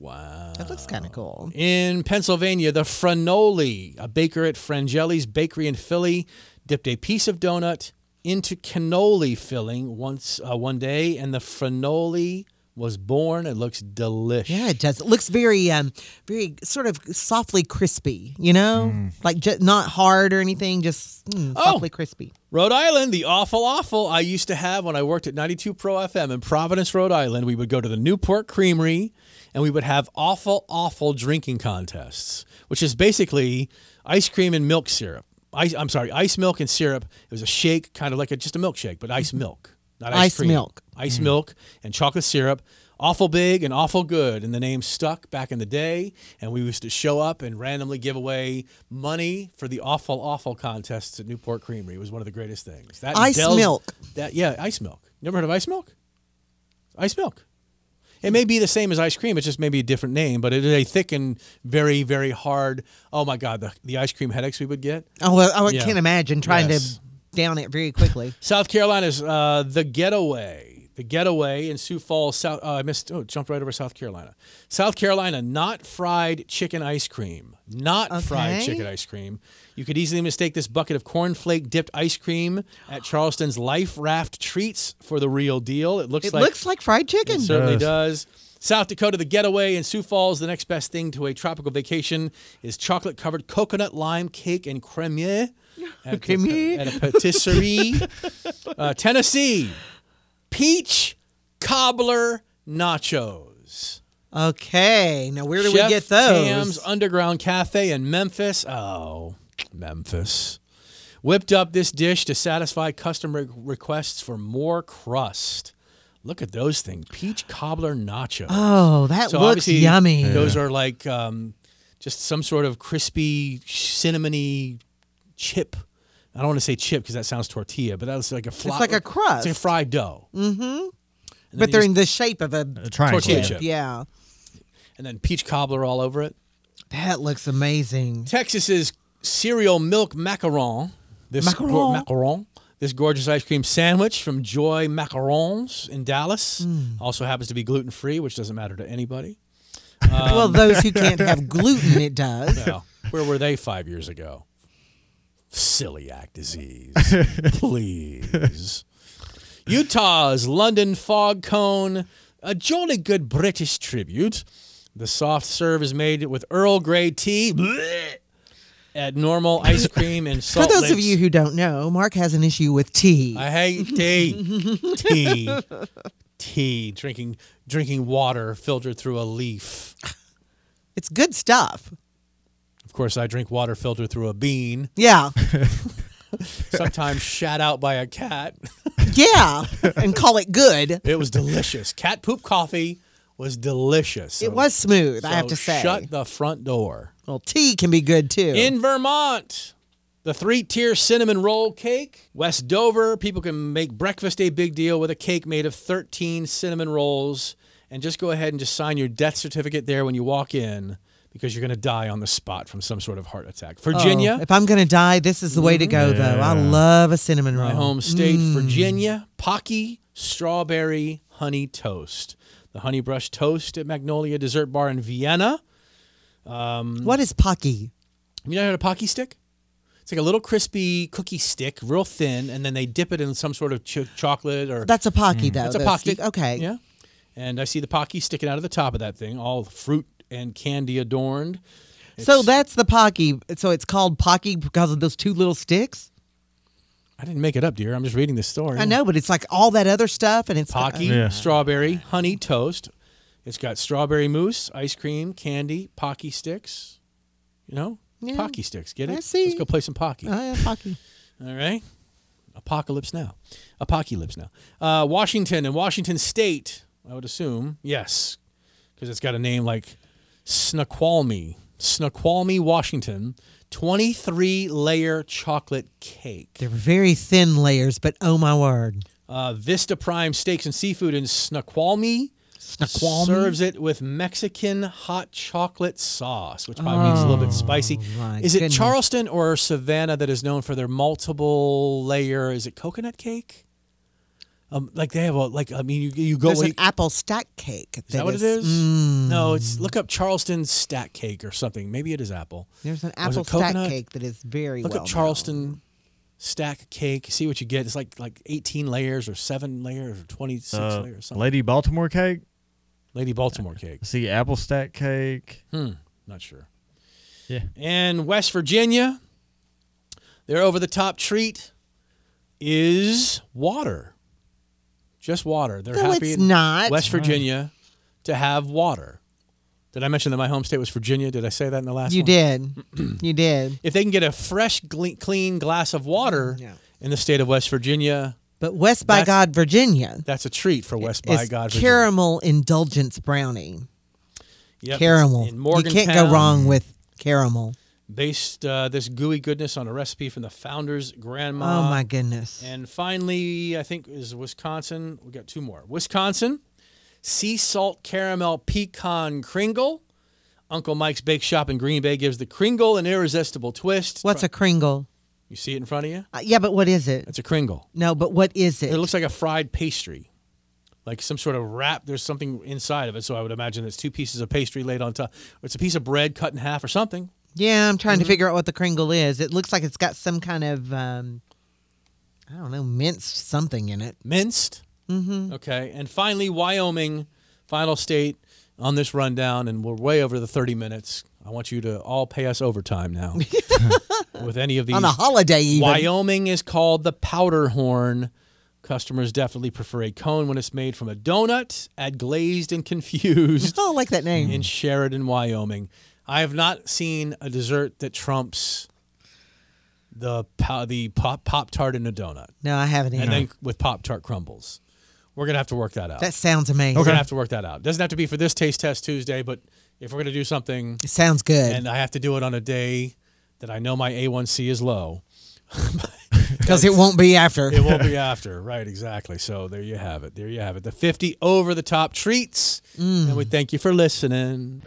Wow.
That looks
Oh.
kind of cool.
In Pennsylvania, the Franoli, a baker at Frangeli's Bakery in Philly, dipped a piece of donut into cannoli filling once uh, one day, and the Franoli was born. It looks delicious.
Yeah, it does. It looks very, um, very sort of softly crispy. You know, like ju- not hard or anything, just mm,
Oh.
softly crispy.
Rhode Island, the awful awful I used to have when I worked at 92 Pro FM in Providence, Rhode Island. We would go to the Newport Creamery and we would have awful awful drinking contests, which is basically ice cream and milk syrup. Ice, I'm sorry, ice milk and syrup. It was a shake, kind of like a, just a milkshake, but ice milk, not ice,
Ice
cream.
milk.
Ice milk and chocolate syrup. Awful big and awful good, and the name stuck back in the day. And we used to show up and randomly give away money for the awful, awful contests at Newport Creamery. It was one of the greatest things. That and
Ice milk.
That yeah, ice milk. You never heard of ice milk? Ice milk. It may be the same as ice cream. It's just maybe a different name, but it is a thick and very, very hard. Oh my God, the, the ice cream headaches we would get.
Oh, well, I
Yeah.
can't imagine trying
Yes.
to down it very quickly.
South Carolina's uh, the getaway. The getaway in Sioux Falls. South, uh, I missed. Oh, jumped right over South Carolina. South Carolina, not fried chicken ice cream. Not fried
Okay.
chicken ice cream. You could easily mistake this bucket of cornflake dipped ice cream at Charleston's Life Raft Treats for the real deal. It looks
it
like
looks like fried chicken.
it certainly does. South Dakota, the getaway in Sioux Falls. The next best thing to a tropical vacation is chocolate covered coconut lime cake and cremier at, a-
Cremier.
at a patisserie. Uh, Tennessee, peach cobbler nachos.
Okay, now where do
Chef
we get those?
Tam's Underground Cafe in Memphis. Oh, Memphis. Whipped up this dish to satisfy customer requests for more crust. Look at those things. Peach cobbler nachos.
Oh, that
So
looks
obviously,
yummy.
Those are like um, just some sort of crispy, cinnamony chip. I don't want to say chip because that sounds tortilla, but that's like a fly,
like a crust.
It's a fried dough.
Mm-hmm.
And
But
then
they're
you
in the shape of a,
triangle. Tortilla
chip.
chip.
Yeah,
just- and then peach cobbler all over it.
that looks amazing.
Texas's cereal milk macaron. This
Macaron.
gor- macaron. This gorgeous ice cream sandwich from Joy Macarons in Dallas
Mm.
also happens to be gluten free, which doesn't matter to anybody.
well,
Um,
those who can't have gluten, it does.
Well, where were they five years ago? Celiac disease. Please. Utah's London Fog Cone, a jolly good British tribute. The soft serve is made with Earl Grey tea bleh, at normal ice cream and
For
salt.
those of
licks.
you who don't know, Mark has an issue with tea.
I hate tea. tea. Tea. Drinking drinking water filtered through a leaf.
it's good stuff.
Of course, I drink water filtered through a bean.
Yeah,
Sometimes shat out by a cat.
yeah, and call it good.
It was delicious. Cat poop coffee was delicious.
It was smooth, I have
So
to say.
Shut the front door.
Well, tea can be good too.
In Vermont, the three tier cinnamon roll cake. West Dover, people can make breakfast a big deal with a cake made of 13 cinnamon rolls. And just go ahead and just sign your death certificate there when you walk in because you're going to die on the spot from some sort of heart attack. Virginia.
Oh, if I'm going to die, this is the way to go, though. I
Yeah.
love a cinnamon roll.
My home state,
Mm.
Virginia, Pocky Strawberry Honey Toast. The Honey Brush Toast at Magnolia Dessert Bar in Vienna. Um,
What is Pocky?
You know how to Pocky stick? It's like a little crispy cookie stick, real thin, and then they dip it in some sort of ch- chocolate or.
That's a Pocky, though.
Mm. That's a
the
Pocky.
stick- okay.
Yeah. And I see the Pocky sticking out of the top of that thing, all fruit and candy adorned.
So that's the Pocky. So it's called Pocky because of those two little sticks?
I didn't make it up, dear. I'm just reading this story.
I know, but it's like all that other stuff, and it's uh,
Pocky, strawberry, honey toast. It's got strawberry mousse, ice cream, candy, pocky sticks. You know?
Yeah.
Pocky sticks. Get it?
I see.
Let's go play some pocky.
Oh, yeah, Pocky.
All right. Apocalypse now. Apocalypse now. Uh, Washington and Washington State, I would assume. Yes. Because it's got a name like Snoqualmie. Snoqualmie, Washington. 23 layer chocolate cake.
They're very thin layers, but oh my word.
Uh, Vista Prime Steaks and Seafood in Snoqualmie.
Snoqualmie?
Serves it with Mexican hot chocolate sauce, which probably means a little bit spicy.
Oh, my
Is it
goodness.
Charleston or Savannah that is known for their multiple layer? Is it coconut cake? Um, like they have a like. I mean, you you go.
There's
you-
an apple stack cake.
is that what it is?
Mm.
No, it's look up Charleston stack cake or something. Maybe it is apple.
There's
Or
an
is it
apple stack
coconut?
cake that is very
Look
well.
up Charleston stack cake. See what you get. It's like like 18 layers or seven layers or 26
Uh,
layers. Something.
Lady Baltimore cake.
Lady Baltimore cake.
See apple stack cake.
Hmm. Not sure.
Yeah.
And West Virginia, their over the top treat is water. Just water. They're
No,
happy
it's
in
not.
West Virginia to have water. Did I mention that my home state was Virginia? Did I say that in the last
You
one?
did. you did.
If they can get a fresh, gle- clean glass of water in the state of West Virginia,
But West by
That's-
God, Virginia.
that's a treat for West by
is
God. Virginia.
caramel indulgence brownie.
Yep.
Caramel.
In
you can't go
Morgantown.
wrong with caramel.
based uh, this gooey goodness on a recipe from the founder's grandma.
Oh, my goodness.
Uh, And finally, I think is Wisconsin. We got two more. Wisconsin, sea salt caramel pecan kringle. Uncle Mike's Bake Shop in Green Bay gives the kringle an irresistible twist.
What's a kringle?
You see it in front of you?
Uh, yeah, but what is it?
It's a kringle.
No, but what is
It
it?
looks like a fried pastry. Like some sort of wrap, there's something inside of it, so I would imagine it's two pieces of pastry laid on top. It's a piece of bread cut in half or something.
Yeah, I'm trying
Mm-hmm.
to figure out what the kringle is. It looks like it's got some kind of, um, I don't know, minced something in it.
Minced.
Mm-hmm.
Okay. And finally, Wyoming, final state on this rundown, and we're way over the 30 minutes. I want you to all pay us overtime now with any of these.
On a holiday, even.
Wyoming is called the powder horn. Customers definitely prefer a cone when it's made from a donut at Glazed and Confused
Oh, I like that name.
in Sheridan, Wyoming. I have not seen a dessert that trumps the pow- the pop pop tart and a donut,
No, I haven't either.
and then with pop tart crumbles. We're gonna have to work that out.
that sounds amazing.
We're gonna have to work that out. Doesn't have to be for this taste test Tuesday, but if we're gonna do something,
It sounds good.
and I have to do it on a day that I know my A1C is low,
Because it won't be after.
it won't be after. Right? Exactly. So there you have it. There you have it. The fifty over the top treats, and we thank you for listening.